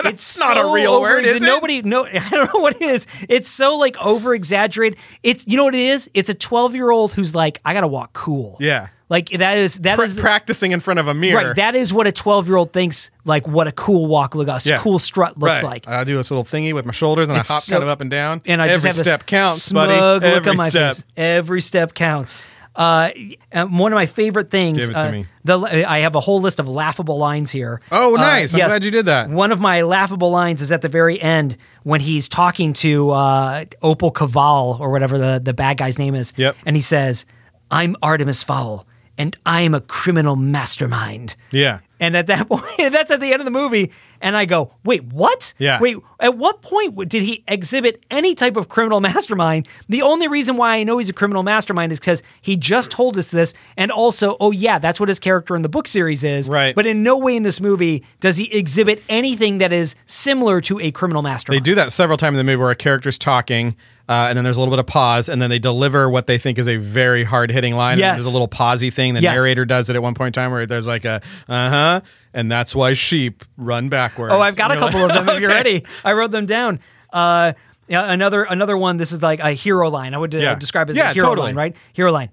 Speaker 2: it's
Speaker 1: not a
Speaker 2: so
Speaker 1: real word,
Speaker 2: over-
Speaker 1: is it?
Speaker 2: Nobody, no, *laughs* I don't know what it is. It's so like over exaggerated. It's you know what it is. It's a twelve year old who's like, I gotta walk cool.
Speaker 1: Yeah.
Speaker 2: like that is that is
Speaker 1: Pra- practicing in front of a mirror.
Speaker 2: Right, that is what a twelve-year-old thinks. Like what a cool walk look, a s-
Speaker 1: Yeah.
Speaker 2: cool strut looks
Speaker 1: Right.
Speaker 2: like.
Speaker 1: I do this little thingy with my shoulders and
Speaker 2: It's
Speaker 1: I hop
Speaker 2: so-
Speaker 1: kind of up and down.
Speaker 2: and I
Speaker 1: every
Speaker 2: just have this
Speaker 1: step counts, buddy.
Speaker 2: smug look
Speaker 1: every
Speaker 2: on my
Speaker 1: step.
Speaker 2: face. Every step counts. Uh, and one of my favorite things.
Speaker 1: Give it to
Speaker 2: uh,
Speaker 1: me.
Speaker 2: The I have a whole list of laughable lines here.
Speaker 1: Oh,
Speaker 2: Uh,
Speaker 1: nice. I'm
Speaker 2: yes.
Speaker 1: glad you did that.
Speaker 2: One of my laughable lines is at the very end when he's talking to uh, Opal Caval or whatever the the bad guy's name is.
Speaker 1: Yep.
Speaker 2: And he says, "I'm Artemis Fowl, and I am a criminal mastermind."
Speaker 1: Yeah.
Speaker 2: And at that *laughs* point, that's at the end of the movie. And I go, wait, what?
Speaker 1: Yeah.
Speaker 2: Wait, at what point w- did he exhibit any type of criminal *laughs* mastermind? The only reason why I know he's a criminal mastermind is because he just told us this. And also, oh, yeah, that's what his character in the book series is.
Speaker 1: Right.
Speaker 2: But in no way in this movie does he exhibit anything that is similar to a criminal
Speaker 1: They
Speaker 2: mastermind.
Speaker 1: do that several times in the movie where a character's talking, uh, and then there's a little bit of pause, and then they deliver what they think is a very hard hitting line.
Speaker 2: Yes.
Speaker 1: And there's a little pausey thing. The
Speaker 2: Yes.
Speaker 1: narrator does it at one point in time where there's like a uh huh, and that's why sheep run backwards.
Speaker 2: Oh, I've got a
Speaker 1: And you're
Speaker 2: couple
Speaker 1: like-
Speaker 2: of them.
Speaker 1: *laughs*
Speaker 2: If you're ready, I wrote them down. Uh, yeah, another another one. This is like a hero line. I would uh,
Speaker 1: Yeah.
Speaker 2: describe it as
Speaker 1: Yeah,
Speaker 2: a hero
Speaker 1: totally.
Speaker 2: line, right? Hero line.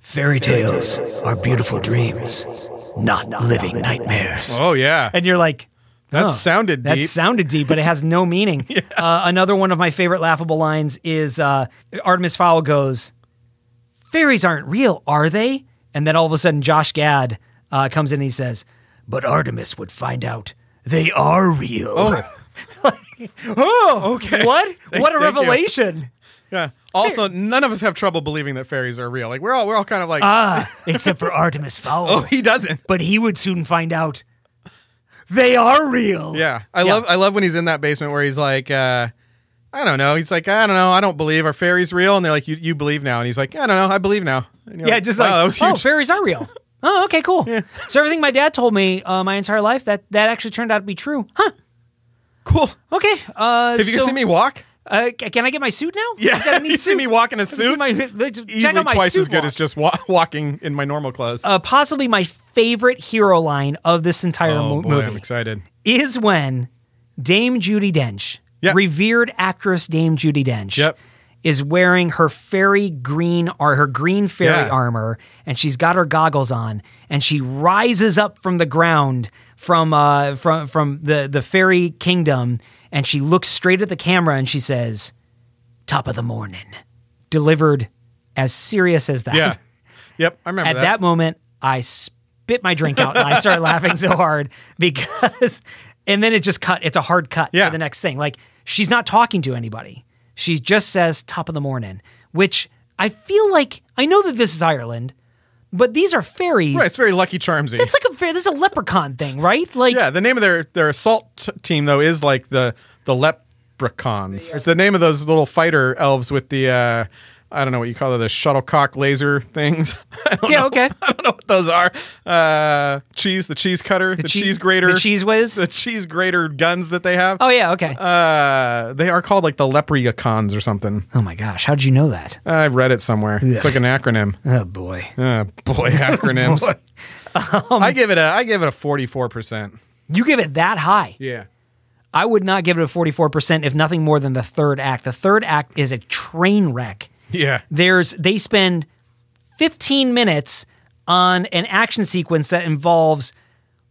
Speaker 2: Fairy tales are beautiful dreams, not living nightmares.
Speaker 1: Oh yeah,
Speaker 2: And you're like,
Speaker 1: that
Speaker 2: huh,
Speaker 1: sounded
Speaker 2: that
Speaker 1: deep.
Speaker 2: sounded deep, but it has no meaning. uh, another one of my favorite laughable lines is uh, Artemis Fowl goes, "Fairies aren't real, are they?" And then all of a sudden, Josh Gad uh, comes in and he says, "But Artemis would find out they are real." Oh,
Speaker 1: *laughs* okay.
Speaker 2: *laughs* what?
Speaker 1: Thank-
Speaker 2: what a
Speaker 1: thank you.
Speaker 2: revelation!
Speaker 1: Yeah. Also, none of us have trouble believing that fairies are real. Like we're all we're all kind of like, *laughs*
Speaker 2: Except for Artemis Fowl,
Speaker 1: oh, he doesn't.
Speaker 2: but he would soon find out. they are real.
Speaker 1: Yeah, I
Speaker 2: Yeah.
Speaker 1: love I love when he's in that basement where he's like, uh, I don't know. He's like, I don't know. I don't believe are fairies real? And they're like, you you believe now? And he's like, I don't know. I believe now. And you're
Speaker 2: Yeah, just like
Speaker 1: wow, that was
Speaker 2: oh,
Speaker 1: huge.
Speaker 2: fairies are
Speaker 1: *laughs*
Speaker 2: real. oh, okay, cool. So everything my dad told me uh, my entire life that that actually turned out to be true, huh?
Speaker 1: cool.
Speaker 2: Okay. Uh,
Speaker 1: Have you
Speaker 2: so,
Speaker 1: seen me
Speaker 2: *laughs*
Speaker 1: walk?
Speaker 2: Uh, c- can I get my suit now?
Speaker 1: Yeah, *laughs*
Speaker 2: I got a new
Speaker 1: you see
Speaker 2: suit.
Speaker 1: me walk in a
Speaker 2: Have you
Speaker 1: suit?
Speaker 2: seen my- *laughs* check
Speaker 1: Easily
Speaker 2: out my
Speaker 1: twice
Speaker 2: suit
Speaker 1: as good
Speaker 2: walk.
Speaker 1: as just wa- walking in my normal clothes.
Speaker 2: uh, possibly my favorite hero line of this entire
Speaker 1: oh
Speaker 2: mo-
Speaker 1: boy,
Speaker 2: movie
Speaker 1: I'm excited.
Speaker 2: is when Dame Judy Dench,
Speaker 1: Yep.
Speaker 2: revered actress Dame Judy Dench,
Speaker 1: Yep.
Speaker 2: is wearing her fairy green or her green fairy
Speaker 1: Yeah.
Speaker 2: armor, and she's got her goggles on, and she rises up from the ground from uh, from from the the fairy kingdom, and she looks straight at the camera and she says, "Top of the morning," delivered as serious as that *laughs*
Speaker 1: Yeah. yep. I remember
Speaker 2: at that. moment i spit my drink out and i
Speaker 1: *laughs*
Speaker 2: started laughing so hard because and then it just cut it's a hard cut
Speaker 1: Yeah.
Speaker 2: to the next thing like she's not talking to anybody she just says top of the morning which i feel like i know that this is ireland but these are fairies
Speaker 1: Right, it's very Lucky Charmsy.
Speaker 2: it's like a fair there's a leprechaun thing right like
Speaker 1: yeah, the name of their their assault t- team though is like the the leprechauns. It's the name of those little fighter elves with the uh, I don't know what you call it, the shuttlecock laser things. *laughs* I don't
Speaker 2: yeah,
Speaker 1: know.
Speaker 2: okay
Speaker 1: I don't know what those are. Uh, cheese, the cheese cutter, the, cheese grater,
Speaker 2: the cheese
Speaker 1: *laughs*
Speaker 2: whiz
Speaker 1: the cheese grater guns that they have.
Speaker 2: oh yeah okay
Speaker 1: Uh, they are called like the leprechauns or something.
Speaker 2: oh my gosh how did you know that
Speaker 1: I've read it somewhere. It's like an *laughs* acronym.
Speaker 2: oh boy
Speaker 1: Uh, boy, *laughs* acronyms. I give it a I give it a forty four percent.
Speaker 2: you give it that high
Speaker 1: Yeah.
Speaker 2: I would not give it a 44% if nothing more than the third act. The third act is a train wreck.
Speaker 1: Yeah.
Speaker 2: There's they spend 15 minutes on an action sequence that involves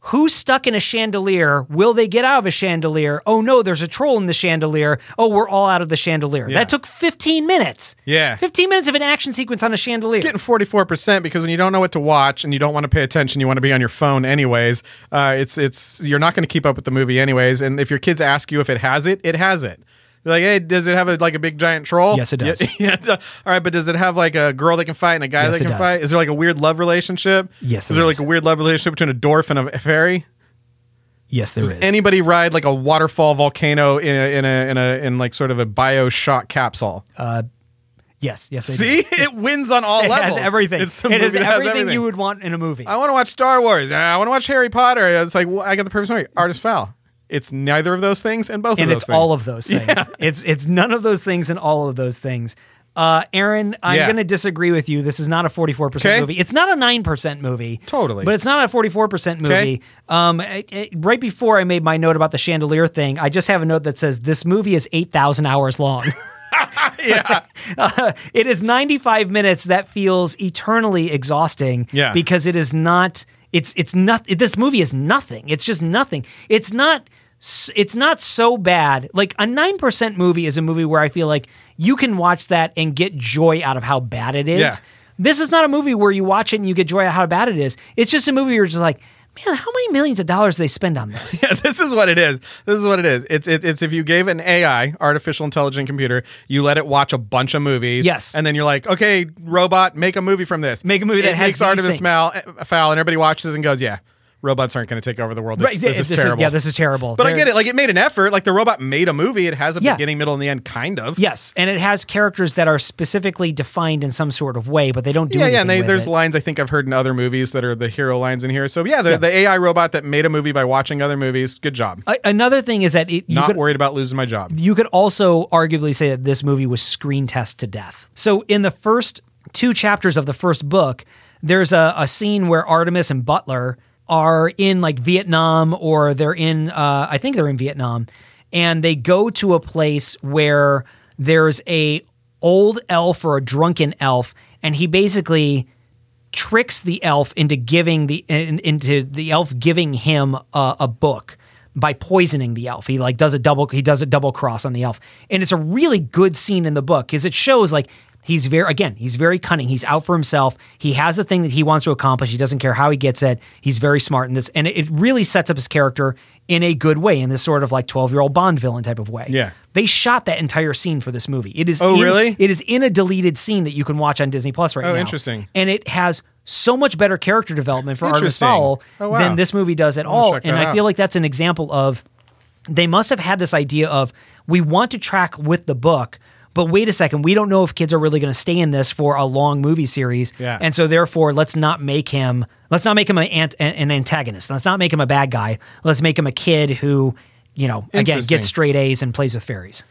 Speaker 2: who's stuck in a chandelier, will they get out of a chandelier? Oh no, there's a troll in the chandelier. Oh, we're all out of the chandelier. That took 15 minutes.
Speaker 1: Yeah.
Speaker 2: 15 minutes of an action sequence on a chandelier.
Speaker 1: getting 44% because when you don't know what to watch and you don't want to pay attention you want to be on your phone anyways uh, it's it's you're not going to keep up with the movie anyways and if your kids ask you if it has it it has it They're like hey does it have a, like a big giant troll
Speaker 2: Yes, it
Speaker 1: Yeah, *laughs*
Speaker 2: does.
Speaker 1: yeah, it does. all right but does it have like a girl that can fight and a guy
Speaker 2: Yes,
Speaker 1: that
Speaker 2: it
Speaker 1: can
Speaker 2: does.
Speaker 1: fight is there like a weird love relationship
Speaker 2: Yes,
Speaker 1: is
Speaker 2: it
Speaker 1: there
Speaker 2: is.
Speaker 1: like a weird love relationship between a dwarf and a fairy
Speaker 2: yes, there is.
Speaker 1: anybody ride like a waterfall volcano in a in a in a in like sort of a bioshock capsule
Speaker 2: yes, yes. they do.
Speaker 1: see *laughs* it wins on all
Speaker 2: It
Speaker 1: levels
Speaker 2: has everything.
Speaker 1: It's the
Speaker 2: it has
Speaker 1: movie that
Speaker 2: everything, you would want in a movie.
Speaker 1: I want to watch Star Wars. Nah, I want to watch Harry Potter. It's like well, I got the perfect story. Artist foul. It's neither of those things and both
Speaker 2: and
Speaker 1: of those
Speaker 2: it's
Speaker 1: things.
Speaker 2: all
Speaker 1: *laughs*
Speaker 2: of those things. It's it's none of those things and all of those things. Uh, Aaron, I'm
Speaker 1: Yeah.
Speaker 2: going to disagree with you. This is not a 44%
Speaker 1: Okay.
Speaker 2: movie. It's not a 9% movie.
Speaker 1: Totally.
Speaker 2: But it's not a 44% movie.
Speaker 1: Okay.
Speaker 2: Um, I- I- right before I made my note about the chandelier thing, I just have a note that says this movie is 8,000 hours long. *laughs*
Speaker 1: yeah.
Speaker 2: it is 95 minutes that feels eternally exhausting
Speaker 1: Yeah.
Speaker 2: because it is not it's it's not this movie is nothing it's just nothing it's not s- it's not so bad like a 9% movie is a movie where i feel like you can watch that and get joy out of how bad it is
Speaker 1: Yeah.
Speaker 2: this is not a movie where you watch it and you get joy out of how bad it is it's just a movie where you're just like man how many millions of dollars they spend on
Speaker 1: *laughs*
Speaker 2: this
Speaker 1: Yeah, This is what it is. This is what it is. It's it's, it's if you gave an AI, artificial intelligent computer, you let it watch a bunch of movies.
Speaker 2: Yes.
Speaker 1: And then you're like, okay, robot, make a movie from this.
Speaker 2: Make a movie
Speaker 1: it
Speaker 2: that has
Speaker 1: makes
Speaker 2: these
Speaker 1: Artemis uh,
Speaker 2: things.
Speaker 1: Fowl, foul, and everybody watches and goes, yeah, robots aren't going to take over the world. This,
Speaker 2: Right,
Speaker 1: this is terrible.
Speaker 2: yeah this is terrible
Speaker 1: But I
Speaker 2: They're-
Speaker 1: get it. Like it made an effort. Like the robot made a movie. It has a
Speaker 2: Yeah.
Speaker 1: beginning, middle, and the end, kind of.
Speaker 2: Yes, and it has characters that are specifically defined in some sort of way, but they don't do
Speaker 1: yeah,
Speaker 2: anything
Speaker 1: yeah. And they,
Speaker 2: with
Speaker 1: there's
Speaker 2: it.
Speaker 1: lines I think I've heard in other movies that are the hero lines in here. So yeah, Uh, the, the AI robot that made a movie by watching other movies. Good job.
Speaker 2: A- another thing is that it, you
Speaker 1: Not
Speaker 2: could
Speaker 1: worried about losing my job.
Speaker 2: you could also arguably say that this movie was screen test to death. So in the first two chapters of the first book, there's a, a scene where Artemis and Butler are in like Vietnam or they're in uh, I think they're in Vietnam, and they go to a place where there's a old elf or a drunken elf, and he basically tricks the elf into giving the in, into the elf giving him a, a book by poisoning the elf. He like does a double he does a double cross on the elf, and it's a really good scene in the book because it shows like he's very again he's very cunning. He's out for himself. He has the thing that he wants to accomplish. He doesn't care how he gets it. He's very smart in this, and it, it really sets up his character in a good way in this sort of like twelve year old Bond villain type of way.
Speaker 1: Yeah.
Speaker 2: they shot that entire scene for this movie. It is
Speaker 1: Oh,
Speaker 2: in-
Speaker 1: really?
Speaker 2: It is in a deleted scene that you can watch on Disney Plus right
Speaker 1: Oh,
Speaker 2: now.
Speaker 1: interesting.
Speaker 2: And it has so much better character development for Artemis
Speaker 1: Interesting.
Speaker 2: Fowl
Speaker 1: Oh, wow.
Speaker 2: than this movie does at
Speaker 1: gonna
Speaker 2: all.
Speaker 1: check
Speaker 2: And
Speaker 1: that
Speaker 2: I feel
Speaker 1: out.
Speaker 2: like that's an example of they must have had this idea of we want to track with the book. But wait a second, we don't know if kids are really going to stay in this for a long movie series,
Speaker 1: Yeah.
Speaker 2: and so therefore let's not make him let's not make him an, ant, an antagonist. Let's not make him a bad guy. Let's make him a kid who, you know, again
Speaker 1: Interesting.
Speaker 2: gets straight A's and plays with fairies.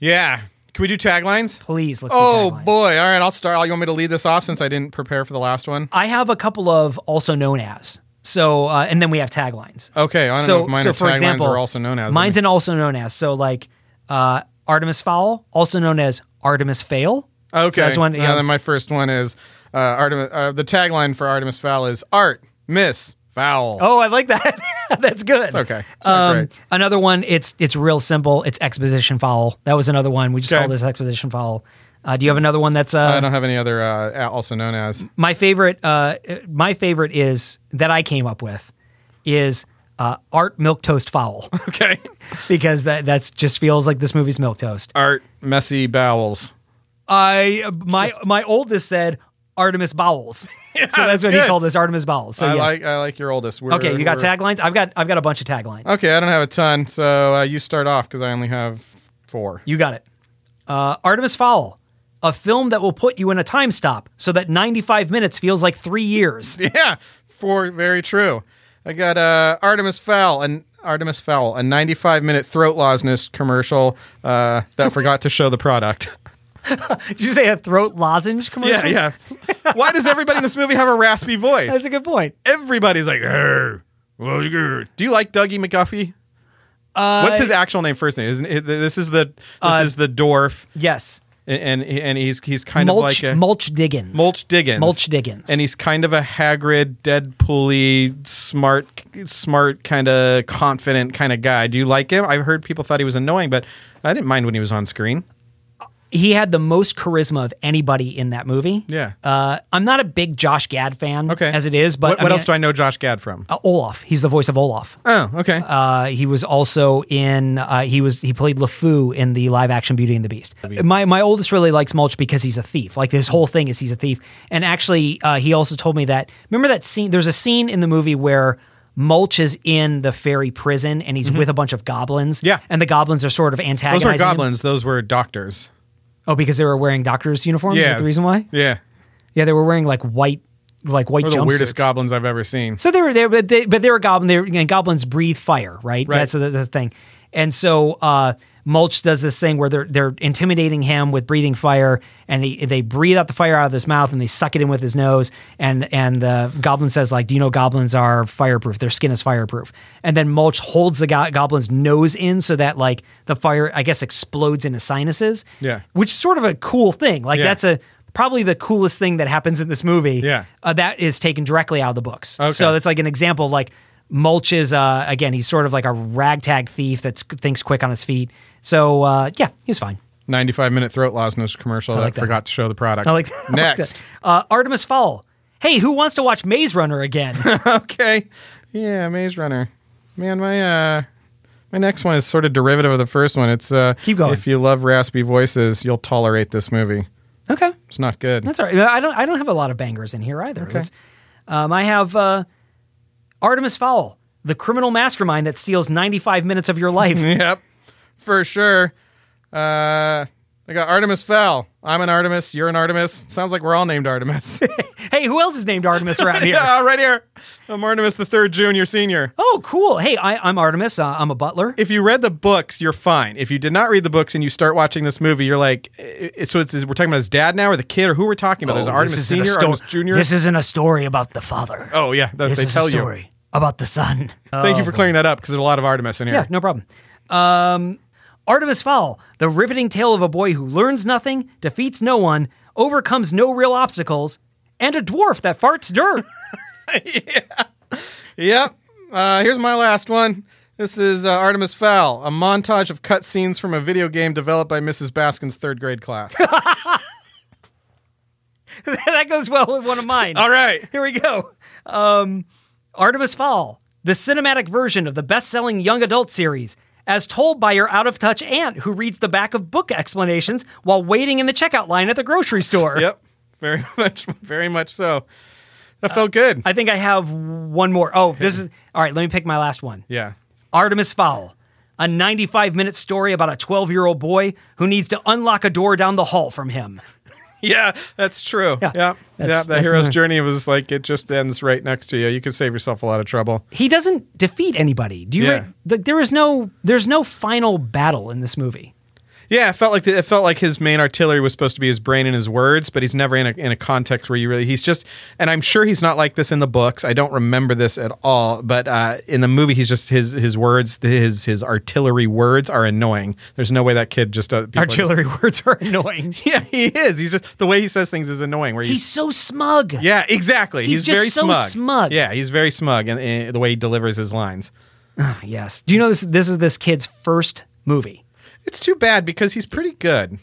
Speaker 1: Yeah. Can we do taglines?
Speaker 2: Please, let's. do
Speaker 1: Oh
Speaker 2: taglines.
Speaker 1: boy! All right, I'll start. You want me to lead this off since I didn't prepare for the last one?
Speaker 2: I have a couple of also known as. So, uh, and then we have taglines.
Speaker 1: Okay, Oh, I don't
Speaker 2: so,
Speaker 1: know if mine
Speaker 2: so
Speaker 1: are
Speaker 2: for
Speaker 1: taglines
Speaker 2: example,
Speaker 1: or also known as.
Speaker 2: Mine's an also known as. So, like uh, Artemis Fowl, also known as Artemis Fail.
Speaker 1: okay.
Speaker 2: So that's one. you
Speaker 1: Now
Speaker 2: know,
Speaker 1: then my first one is uh, Artemis. Uh, the tagline for Artemis Fowl is "Art Miss Fowl."
Speaker 2: oh, I like that. *laughs* that's good.
Speaker 1: okay.
Speaker 2: Um,
Speaker 1: Great.
Speaker 2: Another one. It's it's real simple. It's exposition foul. That was another one. We just
Speaker 1: Okay.
Speaker 2: called this exposition foul. Uh, do you have another one that's
Speaker 1: I
Speaker 2: uh,
Speaker 1: don't have any other uh, also known as.
Speaker 2: my favorite uh my favorite is that I came up with is uh art milk toast foul
Speaker 1: *laughs* Okay.
Speaker 2: because that that's just feels like this movie's milk toast.
Speaker 1: Art messy bowels.
Speaker 2: I my my oldest said
Speaker 1: *laughs*
Speaker 2: Artemis bowels. so that's, what he
Speaker 1: good.
Speaker 2: called this Artemis bowels. So
Speaker 1: I
Speaker 2: yes.
Speaker 1: like I like your oldest. We're-
Speaker 2: okay, you got
Speaker 1: we're-
Speaker 2: taglines? I've got I've got a bunch of taglines.
Speaker 1: Okay, I don't have a ton, so uh, you start off because I only have four. *laughs*
Speaker 2: You got it. Uh, Artemis Fowl, a film that will put you in a time stop so that 95 minutes feels like
Speaker 1: *laughs*
Speaker 2: three years.
Speaker 1: Yeah, four. Very true. I got uh, Artemis Fowl and Artemis Fowl, a 95 minute throat lozenge commercial uh, *laughs* that forgot to show the product.
Speaker 2: Did you say a throat lozenge
Speaker 1: *laughs*
Speaker 2: commercial?
Speaker 1: yeah. Why does everybody in this movie have a raspy voice?
Speaker 2: That's a good point.
Speaker 1: Everybody's like, "Hey, what's good?" Do you like Dougie McGuffey? Uh, What's his actual name? First name? Isn't it, this is the this is the dwarf,
Speaker 2: Yes.
Speaker 1: and and- and he's he's kind
Speaker 2: mulch,
Speaker 1: of like a,
Speaker 2: mulch Diggins.
Speaker 1: Mulch Diggins.
Speaker 2: Mulch Diggins.
Speaker 1: And he's kind of a Hagrid, Deadpool-y, smart, smart kind of confident kind of guy. Do you like him? I've heard people thought he was annoying, but I didn't mind when he was on screen.
Speaker 2: he had the most charisma of anybody in that movie.
Speaker 1: Yeah.
Speaker 2: Uh, I'm not a big Josh Gad fan
Speaker 1: Okay.
Speaker 2: as it is, but
Speaker 1: what, what else do I know Josh Gad from?
Speaker 2: uh, Olaf. He's the voice of Olaf.
Speaker 1: Oh, okay.
Speaker 2: Uh, he was also in. Uh, he was he played LeFou in the live action Beauty and the Beast. My my oldest really likes Mulch because he's a thief. Like his whole thing is he's a thief. And actually, uh, he also told me that. Remember that scene? There's a scene in the movie where Mulch is in the fairy prison and he's with a bunch of goblins.
Speaker 1: Mm-hmm. Yeah.
Speaker 2: and the goblins are sort of
Speaker 1: those
Speaker 2: antagonizing.
Speaker 1: weren't
Speaker 2: him.
Speaker 1: goblins. Those were doctors.
Speaker 2: Oh, because they were wearing doctors' uniforms. Is
Speaker 1: Yeah.
Speaker 2: that the reason why?
Speaker 1: Yeah.
Speaker 2: Yeah, they were wearing like white, like white
Speaker 1: They're the weirdest
Speaker 2: jumpsuits.
Speaker 1: goblins I've ever seen.
Speaker 2: So they were there, but they, but they were goblin. They were, and goblins breathe fire, right?
Speaker 1: Right.
Speaker 2: That's the, the thing. And so uh, Mulch does this thing where they're they're intimidating him with breathing fire, and he, they breathe out the fire out of his mouth, and they suck it in with his nose. And and the goblin says like, "Do you know goblins are fireproof? Their skin is fireproof." And then Mulch holds the go- goblin's nose in so that like the fire, I guess, explodes in his sinuses.
Speaker 1: Yeah.
Speaker 2: which is sort of a cool thing. Like
Speaker 1: Yeah.
Speaker 2: that's a probably the coolest thing that happens in this movie
Speaker 1: Yeah.
Speaker 2: uh, that is taken directly out of the books.
Speaker 1: Okay.
Speaker 2: So that's like an example. of, Like Mulch is uh, again, he's sort of like a ragtag thief that thinks quick on his feet. So uh, yeah, he's fine. *laughs*
Speaker 1: 95 minute throat lozenge commercial
Speaker 2: like
Speaker 1: that
Speaker 2: that.
Speaker 1: forgot to show the product.
Speaker 2: I like *laughs* I like
Speaker 1: Next.
Speaker 2: that. uh, Artemis Fowl. Hey, who wants to watch Maze
Speaker 1: *laughs*
Speaker 2: Runner again?
Speaker 1: okay. Yeah, Maze Runner. Man, my uh my next one is sort of derivative of the first one. It's uh
Speaker 2: Keep going.
Speaker 1: if you love raspy voices, you'll tolerate this movie.
Speaker 2: okay,
Speaker 1: It's not good.
Speaker 2: that's all right. I don't I don't have a lot of bangers in here either. Let's- Um, I have uh, Artemis Fowl, the criminal mastermind that steals ninety five minutes of your
Speaker 1: *laughs*
Speaker 2: life.
Speaker 1: yep. For sure. Uh I got Artemis Fowl. I'm an Artemis, you're an Artemis. Sounds like we're all named
Speaker 2: *laughs*
Speaker 1: Artemis.
Speaker 2: hey, who else is named Artemis around
Speaker 1: *laughs*
Speaker 2: here?
Speaker 1: yeah, right here. I'm Artemis the third junior senior.
Speaker 2: Oh, cool. Hey, I, I'm Artemis. Uh, I'm a butler.
Speaker 1: if you read the books, you're fine. If you did not read the books and you start watching this movie, you're like, eh, eh, so it's, we're talking about his dad now or the kid or who we're talking
Speaker 2: Oh,
Speaker 1: about? There's Artemis
Speaker 2: isn't a
Speaker 1: Senior,
Speaker 2: sto-
Speaker 1: Artemis Junior.
Speaker 2: This isn't a story about the father.
Speaker 1: oh yeah, that
Speaker 2: this
Speaker 1: they
Speaker 2: is
Speaker 1: tell
Speaker 2: a story Oh.
Speaker 1: you. Uh.
Speaker 2: about the son.
Speaker 1: Thank you for clearing that up because there's a lot of Artemis in here.
Speaker 2: yeah, no problem. Um, Artemis Fowl, the riveting tale of a boy who learns nothing, defeats no one, overcomes no real obstacles, and a dwarf that farts dirt. *laughs*
Speaker 1: Yep. Uh, here's my last one. This is uh, Artemis Fowl, a montage of cutscenes from a video game developed by Mrs. Baskin's third grade class.
Speaker 2: that goes well with one of
Speaker 1: *laughs*
Speaker 2: mine.
Speaker 1: All right.
Speaker 2: Here we go. Um, Artemis Fowl, the cinematic version of the best selling young adult series, as told by your out of touch aunt who reads the back of book explanations
Speaker 1: *laughs*
Speaker 2: while waiting in the checkout line at the grocery store.
Speaker 1: Yep. Very much, very much so. That felt good.
Speaker 2: I think I have one more. Oh, this is all right. Let me pick my last one.
Speaker 1: yeah.
Speaker 2: Artemis Fowl, a 95 minute story about a 12 year old boy who needs to unlock a door down the hall from him.
Speaker 1: Yeah, that's true.
Speaker 2: Yeah,
Speaker 1: Yeah. Yeah.
Speaker 2: that's-
Speaker 1: the
Speaker 2: that's
Speaker 1: hero's
Speaker 2: another-
Speaker 1: journey was like it just ends right next to you. You could save yourself a lot of trouble.
Speaker 2: He doesn't defeat anybody. Do you?
Speaker 1: Yeah.
Speaker 2: Re- like, there is no there's no final battle in this movie.
Speaker 1: Yeah, it felt like the, it felt like his main artillery was supposed to be his brain and his words, but he's never in a in a context where you really he's just and I'm sure he's not like this in the books. I don't remember this at all, but uh, in the movie he's just his his words his his artillery words are annoying. There's no way that kid just uh, people are just-
Speaker 2: Artillery words are annoying.
Speaker 1: *laughs* Yeah, he is. He's just the way he says things is annoying. Where he's,
Speaker 2: He's so smug.
Speaker 1: yeah, exactly.
Speaker 2: He's
Speaker 1: He's,
Speaker 2: just
Speaker 1: very
Speaker 2: so
Speaker 1: smug.
Speaker 2: smug.
Speaker 1: Yeah, he's very smug, and the way he delivers his lines.
Speaker 2: Yes. Do you know this? This is this kid's first movie.
Speaker 1: It's too bad because he's pretty good.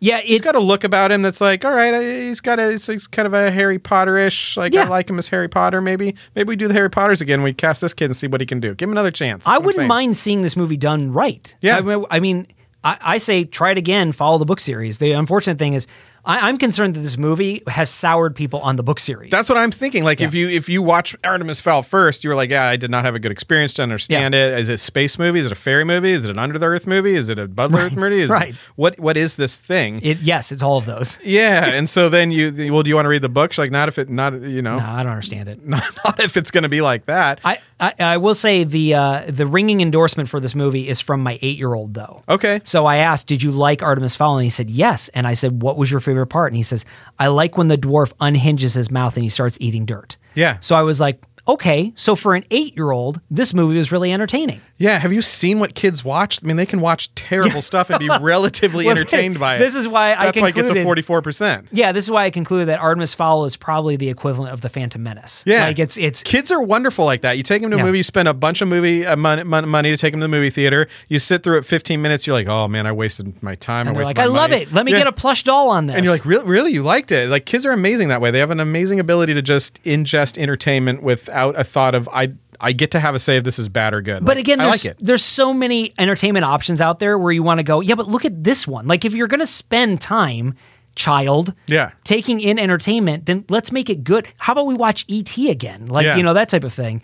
Speaker 2: Yeah. It,
Speaker 1: He's got a look about him that's like, all right, I- he's got a, he's kind of a Harry Potterish. Like
Speaker 2: Yeah.
Speaker 1: I like him as Harry Potter. Maybe, maybe we do the Harry Potters again. We cast this kid and see what he can do. Give him another chance. That's
Speaker 2: I
Speaker 1: what I'm
Speaker 2: wouldn't
Speaker 1: saying.
Speaker 2: mind seeing this movie done right.
Speaker 1: Yeah.
Speaker 2: I mean, I, mean, I, I say try it again, follow the book series. The unfortunate thing is, I, I'm concerned that this movie has soured people on the book series.
Speaker 1: That's what I'm thinking. Like if you if you watch Artemis Fowl first, you were like, yeah, I did not have a good experience to understand
Speaker 2: Yeah.
Speaker 1: it. Is it a space movie? Is it a fairy movie? Is it an under the earth movie? Is it a above the earth movie? Is
Speaker 2: *laughs* right.
Speaker 1: What what is this thing?
Speaker 2: it. Yes, it's all of those. *laughs*
Speaker 1: yeah, and so then you well, do you want to read the book? She's like, not if it not you know
Speaker 2: No, I don't understand
Speaker 1: *laughs*
Speaker 2: it.
Speaker 1: not if it's going to be like that.
Speaker 2: I, I, I will say the uh, the ringing endorsement for this movie is from my eight year old though.
Speaker 1: okay.
Speaker 2: So I asked, "Did you like Artemis Fowl?" And he said, "Yes." And I said, "What was your favorite part?" And he says, "I like when the dwarf unhinges his mouth and he starts eating dirt."
Speaker 1: Yeah.
Speaker 2: So I was like, "Okay." So for an eight-year-old, this movie was really entertaining.
Speaker 1: Yeah, have you seen what kids watch? I mean, they can watch terrible stuff
Speaker 2: *laughs*
Speaker 1: and be relatively
Speaker 2: Well,
Speaker 1: entertained by it.
Speaker 2: this is why I
Speaker 1: That's why it gets a
Speaker 2: concluded-
Speaker 1: 44%.
Speaker 2: Yeah, this is why I concluded that Artemis Fowl is probably the equivalent of the Phantom Menace.
Speaker 1: Yeah.
Speaker 2: like it's it's
Speaker 1: Kids are wonderful like that. You take them to a
Speaker 2: Yeah.
Speaker 1: movie, you spend a bunch of movie uh, mon- mon- money to take them to the movie theater. You sit through it 15 minutes, you're like, "Oh man, I wasted my time.
Speaker 2: *laughs* and
Speaker 1: I
Speaker 2: they're
Speaker 1: wasted
Speaker 2: like, "I
Speaker 1: my
Speaker 2: love
Speaker 1: money."
Speaker 2: it. Let me
Speaker 1: Yeah.
Speaker 2: get a plush doll on this."
Speaker 1: And you're like, really, really, you liked it? Like, kids are amazing that way. They have an amazing ability to just ingest entertainment without a thought of I. I get to have a say if this is bad or good.
Speaker 2: But
Speaker 1: Like,
Speaker 2: again,
Speaker 1: I
Speaker 2: there's,
Speaker 1: like it.
Speaker 2: there's so many entertainment options out there where you want to go, yeah, but look at this one. Like, if you're going to spend time, child,
Speaker 1: Yeah.
Speaker 2: taking in entertainment, then let's make it good. How about we watch E.T. again? Like,
Speaker 1: Yeah.
Speaker 2: you know, that type of thing.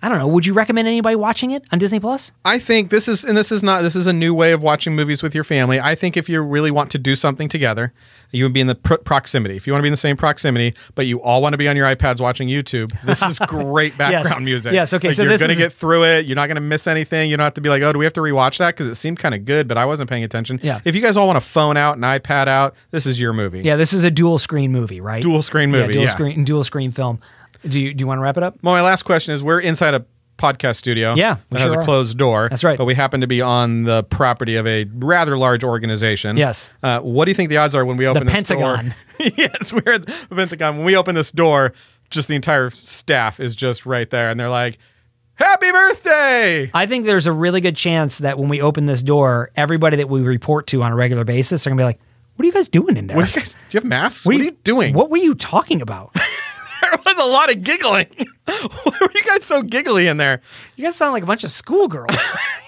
Speaker 2: I don't know. Would you recommend anybody watching it on Disney Plus?
Speaker 1: I think this is, and this is not, this is a new way of watching movies with your family. I think if you really want to do something together, you would be in the pro- proximity. If you want to be in the same proximity, but you all want to be on your iPads watching YouTube, this
Speaker 2: *laughs*
Speaker 1: is great background music.
Speaker 2: Yes, okay,
Speaker 1: Like,
Speaker 2: so
Speaker 1: you're
Speaker 2: this
Speaker 1: gonna
Speaker 2: is-
Speaker 1: get through it. You're not going to miss anything. You don't have to be like, oh, do we have to rewatch that because it seemed kind of good, but I wasn't paying attention.
Speaker 2: Yeah.
Speaker 1: If you guys all want a phone out, an iPad out, this is your movie.
Speaker 2: Yeah, this is a dual screen movie, right?
Speaker 1: Dual screen
Speaker 2: Yeah,
Speaker 1: movie,
Speaker 2: dual
Speaker 1: yeah.
Speaker 2: screen, dual screen film. Do you do you want to wrap it up?
Speaker 1: Well, my last question is: We're inside a podcast studio.
Speaker 2: Yeah, we
Speaker 1: that has
Speaker 2: sure
Speaker 1: a
Speaker 2: are.
Speaker 1: closed door.
Speaker 2: That's right.
Speaker 1: But we happen to be on the property of a rather large organization.
Speaker 2: Yes.
Speaker 1: Uh, what do you think the odds are when we open this
Speaker 2: Pentagon.
Speaker 1: door? *laughs* yes, we're at the Pentagon. When we open this door, just the entire staff is just right there, and they're like, "Happy birthday!"
Speaker 2: I think there's a really good chance that when we open this door, everybody that we report to on a regular basis are going to be like, "What are you guys doing in there?
Speaker 1: What do you guys? Do you have masks? What, are you doing? *laughs*
Speaker 2: What were you talking about?
Speaker 1: There was a lot of giggling. *laughs* Why were you guys so giggly in there?
Speaker 2: You guys sound like a bunch of schoolgirls.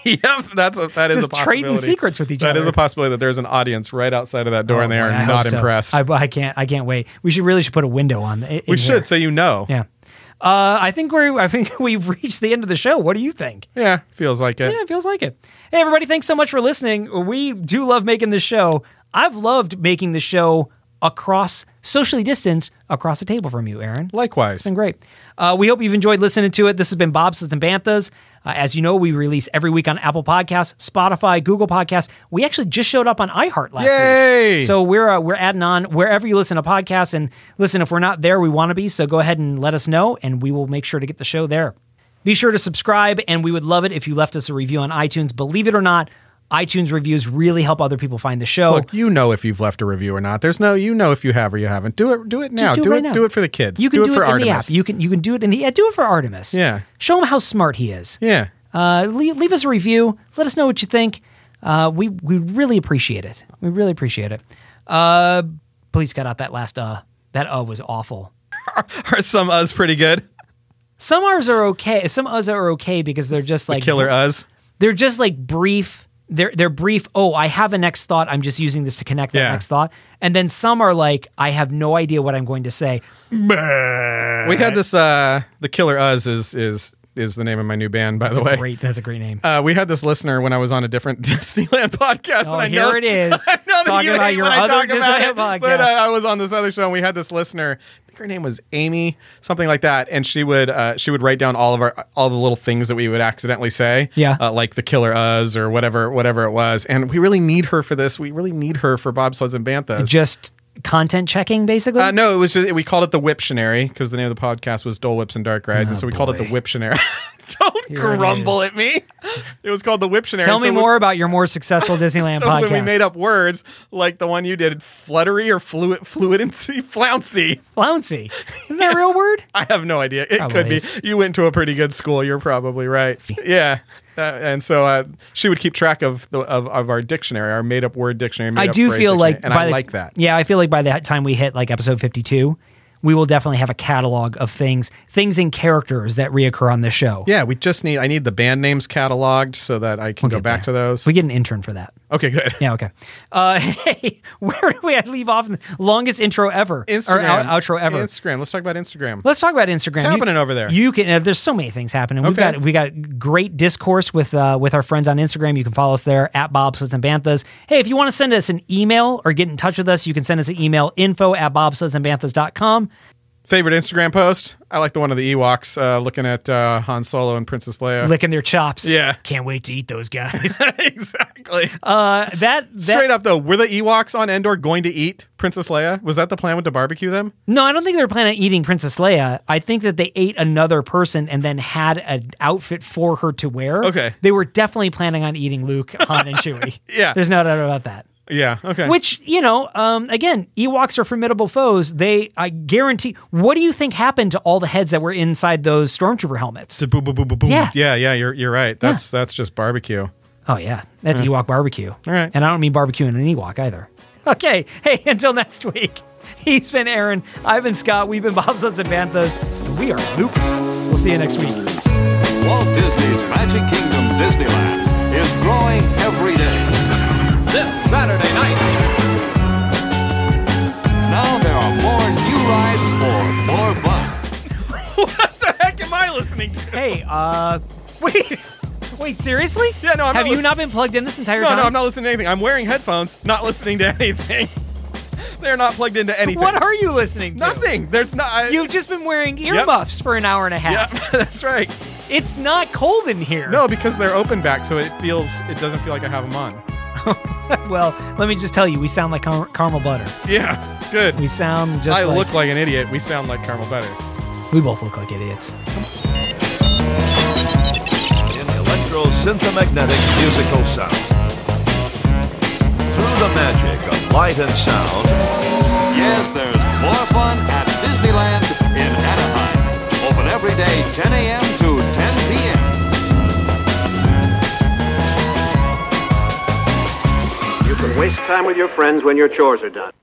Speaker 1: yep, that's a, that is
Speaker 2: Just
Speaker 1: a possibility.
Speaker 2: trading secrets with each
Speaker 1: That is
Speaker 2: other.
Speaker 1: a possibility that there's an audience right outside of that door, and *laughs* they
Speaker 2: Oh,
Speaker 1: are
Speaker 2: boy, I
Speaker 1: not
Speaker 2: hope so.
Speaker 1: impressed.
Speaker 2: I, I can't. I can't wait. We should really should put a window on. i-
Speaker 1: we
Speaker 2: in
Speaker 1: should,
Speaker 2: Here.
Speaker 1: so you know.
Speaker 2: Yeah. Uh, I think we're. I think *laughs* we've reached the end of the show. What do you think?
Speaker 1: Yeah, feels like it.
Speaker 2: Yeah, it feels like it. Hey, everybody! Thanks so much for listening. We do love making this show. I've loved making the show across socially distanced across the table from you, Aaron.
Speaker 1: Likewise.
Speaker 2: been great. Uh, we hope you've enjoyed listening to it. This has been Bob Slits and Banthas. Uh, as you know, we release every week on Apple Podcasts, Spotify, Google Podcasts. We actually just showed up on iHeart last
Speaker 1: Yay!
Speaker 2: week. So we're uh, we're adding on wherever you listen to podcasts. And listen, if we're not there, we want to be. So go ahead and let us know, and we will make sure to get the show there. Be sure to subscribe, and we would love it if you left us a review on iTunes. Believe it or not, iTunes reviews really help other people find the show.
Speaker 1: Look, you know if you've left a review or not. There's no, you know if you have or you haven't. Do it, do it now.
Speaker 2: Just do, it, right now.
Speaker 1: do it for the kids.
Speaker 2: You can
Speaker 1: do,
Speaker 2: do,
Speaker 1: it for
Speaker 2: in
Speaker 1: Artemis.
Speaker 2: the app. You can you can do it in the yeah, do it for Artemis.
Speaker 1: Yeah.
Speaker 2: Show him how smart he is.
Speaker 1: yeah.
Speaker 2: Uh, leave, leave us a review. Let us know what you think. Uh, we we really appreciate it. We really appreciate it. Uh, please cut out that last uh. That uh was awful.
Speaker 1: *laughs* Are some us pretty good?
Speaker 2: Some R's are okay. Some uhs are okay because they're just like
Speaker 1: Killer us.
Speaker 2: They're just like brief their their brief, oh, I have a next thought. I'm just using this to connect that
Speaker 1: Yeah.
Speaker 2: next thought. And then some are like, I have no idea what I'm going to say.
Speaker 1: We had this. Uh, the Killer Uz is is is the name of my new band, by the way.
Speaker 2: Great, that's a great name.
Speaker 1: Uh, we had this listener when I was on a different *laughs* Disneyland podcast.
Speaker 2: Oh,
Speaker 1: and *laughs* I
Speaker 2: here
Speaker 1: know,
Speaker 2: it is.
Speaker 1: I know that
Speaker 2: Talking
Speaker 1: you
Speaker 2: about
Speaker 1: hate
Speaker 2: your
Speaker 1: when I
Speaker 2: other
Speaker 1: talk about
Speaker 2: Disneyland
Speaker 1: it, but uh,
Speaker 2: podcast.
Speaker 1: I was on this other show, and we had this listener. I think her name was Amy, something like that. And she would uh, she would write down all of our all the little things that we would accidentally say,
Speaker 2: Yeah.
Speaker 1: uh, like the killer us or whatever whatever it was. And we really need her for this. We really need her for bobsleds and banthas.
Speaker 2: just content checking, basically.
Speaker 1: Uh, no, it was just we called it the Whiptionary because the name of the podcast was Dole Whips and Dark Rides, and so we called it the Whiptionary. *laughs* Don't
Speaker 2: Oh, it
Speaker 1: grumble at me. It was called the Whiptionary.
Speaker 2: Tell
Speaker 1: So
Speaker 2: me
Speaker 1: when-
Speaker 2: more about your more successful Disneyland
Speaker 1: *laughs* So
Speaker 2: podcast.
Speaker 1: when we made up words like the one you did, fluttery or fluid, fluidency, *laughs* flouncy.
Speaker 2: Flouncy. Isn't that a real word?
Speaker 1: I have no idea. It
Speaker 2: Probably
Speaker 1: could be.
Speaker 2: is.
Speaker 1: You went to a pretty good school. You're probably right.
Speaker 2: *laughs*
Speaker 1: Yeah. Uh, and so uh, she would keep track of the of, of our dictionary, our made up word dictionary.
Speaker 2: I
Speaker 1: made-up
Speaker 2: do
Speaker 1: phrase
Speaker 2: feel
Speaker 1: dictionary,
Speaker 2: like
Speaker 1: and
Speaker 2: by
Speaker 1: I
Speaker 2: the-
Speaker 1: like that.
Speaker 2: Yeah, I feel like by that time we hit like episode 52, we will definitely have a catalog of things, things and characters that reoccur on the show.
Speaker 1: Yeah, we just need. I need the band names cataloged so that I can go
Speaker 2: get
Speaker 1: back
Speaker 2: there.
Speaker 1: to those.
Speaker 2: We get an intern for that.
Speaker 1: okay, good.
Speaker 2: Yeah, okay. Uh, *laughs* hey, where do we leave off? Longest intro ever.
Speaker 1: *laughs*
Speaker 2: Or out- outro ever.
Speaker 1: Instagram. Let's talk about Instagram.
Speaker 2: Let's talk about Instagram.
Speaker 1: It's happening over there.
Speaker 2: You can. Uh, there's so many things happening. We've
Speaker 1: Okay.
Speaker 2: got we got great discourse with uh, with our friends on Instagram. You can follow us there at bobsleds and banthas. Hey, if you want to send us an email or get in touch with us, you can send us an email info at bobsledsandbanthas.com.
Speaker 1: Favorite Instagram post? I like the one of the Ewoks uh, looking at uh, Han Solo and Princess Leia.
Speaker 2: Licking their chops.
Speaker 1: Yeah.
Speaker 2: can't wait to eat
Speaker 1: *laughs*
Speaker 2: those guys.
Speaker 1: exactly.
Speaker 2: uh, that, that
Speaker 1: Straight up though, were the Ewoks on Endor going to eat Princess Leia? Was that the plan with to barbecue them?
Speaker 2: No, I don't think they were planning on eating Princess Leia. I think that they ate another person and then had an outfit for her to wear.
Speaker 1: Okay.
Speaker 2: they were definitely planning on eating Luke,
Speaker 1: *laughs*
Speaker 2: Han, and Chewie.
Speaker 1: Yeah.
Speaker 2: there's no doubt about that.
Speaker 1: Yeah. Okay.
Speaker 2: Which you know, um, again, Ewoks are formidable foes. They, I guarantee. What do you think happened to all the heads that were inside those stormtrooper helmets?
Speaker 1: The boom, boom, boom, boom, boom.
Speaker 2: Yeah.
Speaker 1: Yeah. Yeah. You're you're right. That's that's just *laughs* barbecue.
Speaker 2: Oh yeah, that's Ewok barbecue. All
Speaker 1: Hmm. right.
Speaker 2: and I don't mean barbecue in an Ewok either. Okay, hey, *laughs* until next week. He's been Aaron. I've been Scott. We've been Bobsleds and Banthas, and we are Loop. We'll see you next week.
Speaker 3: Walt Disney's Magic Kingdom Disneyland is growing every day. This Saturday night. Now there are more new rides for more fun.
Speaker 1: The heck am I listening to?
Speaker 2: Hey, uh, *laughs* wait, wait, seriously?
Speaker 1: Yeah, no, I'm
Speaker 2: Have
Speaker 1: not
Speaker 2: you
Speaker 1: lis-
Speaker 2: not been plugged in this entire
Speaker 1: No,
Speaker 2: time?
Speaker 1: no, I'm not listening to anything. I'm wearing headphones, not listening to *laughs* anything. They're not plugged into anything.
Speaker 2: What are you listening to?
Speaker 1: Nothing. There's not. I,
Speaker 2: You've just been wearing earmuffs for an hour and
Speaker 1: *laughs*
Speaker 2: a
Speaker 1: Yeah,
Speaker 2: half.
Speaker 1: that's right.
Speaker 2: It's not cold in here.
Speaker 1: No, because they're open back, so it feels it doesn't feel like I have them on.
Speaker 2: *laughs* Well, let me just tell you, we sound like car- caramel butter.
Speaker 1: Yeah, good.
Speaker 2: We sound just
Speaker 1: I
Speaker 2: like
Speaker 1: look like an idiot. We sound like Carmel Better.
Speaker 2: we both look like idiots.
Speaker 4: in electro-synthomagnetic musical sound. Through the magic of light and sound,
Speaker 3: Yes, there's more fun at Disneyland in Anaheim. Open every day, 10 a.m. to 10 p.m.
Speaker 6: You can waste time with your friends when your chores are done.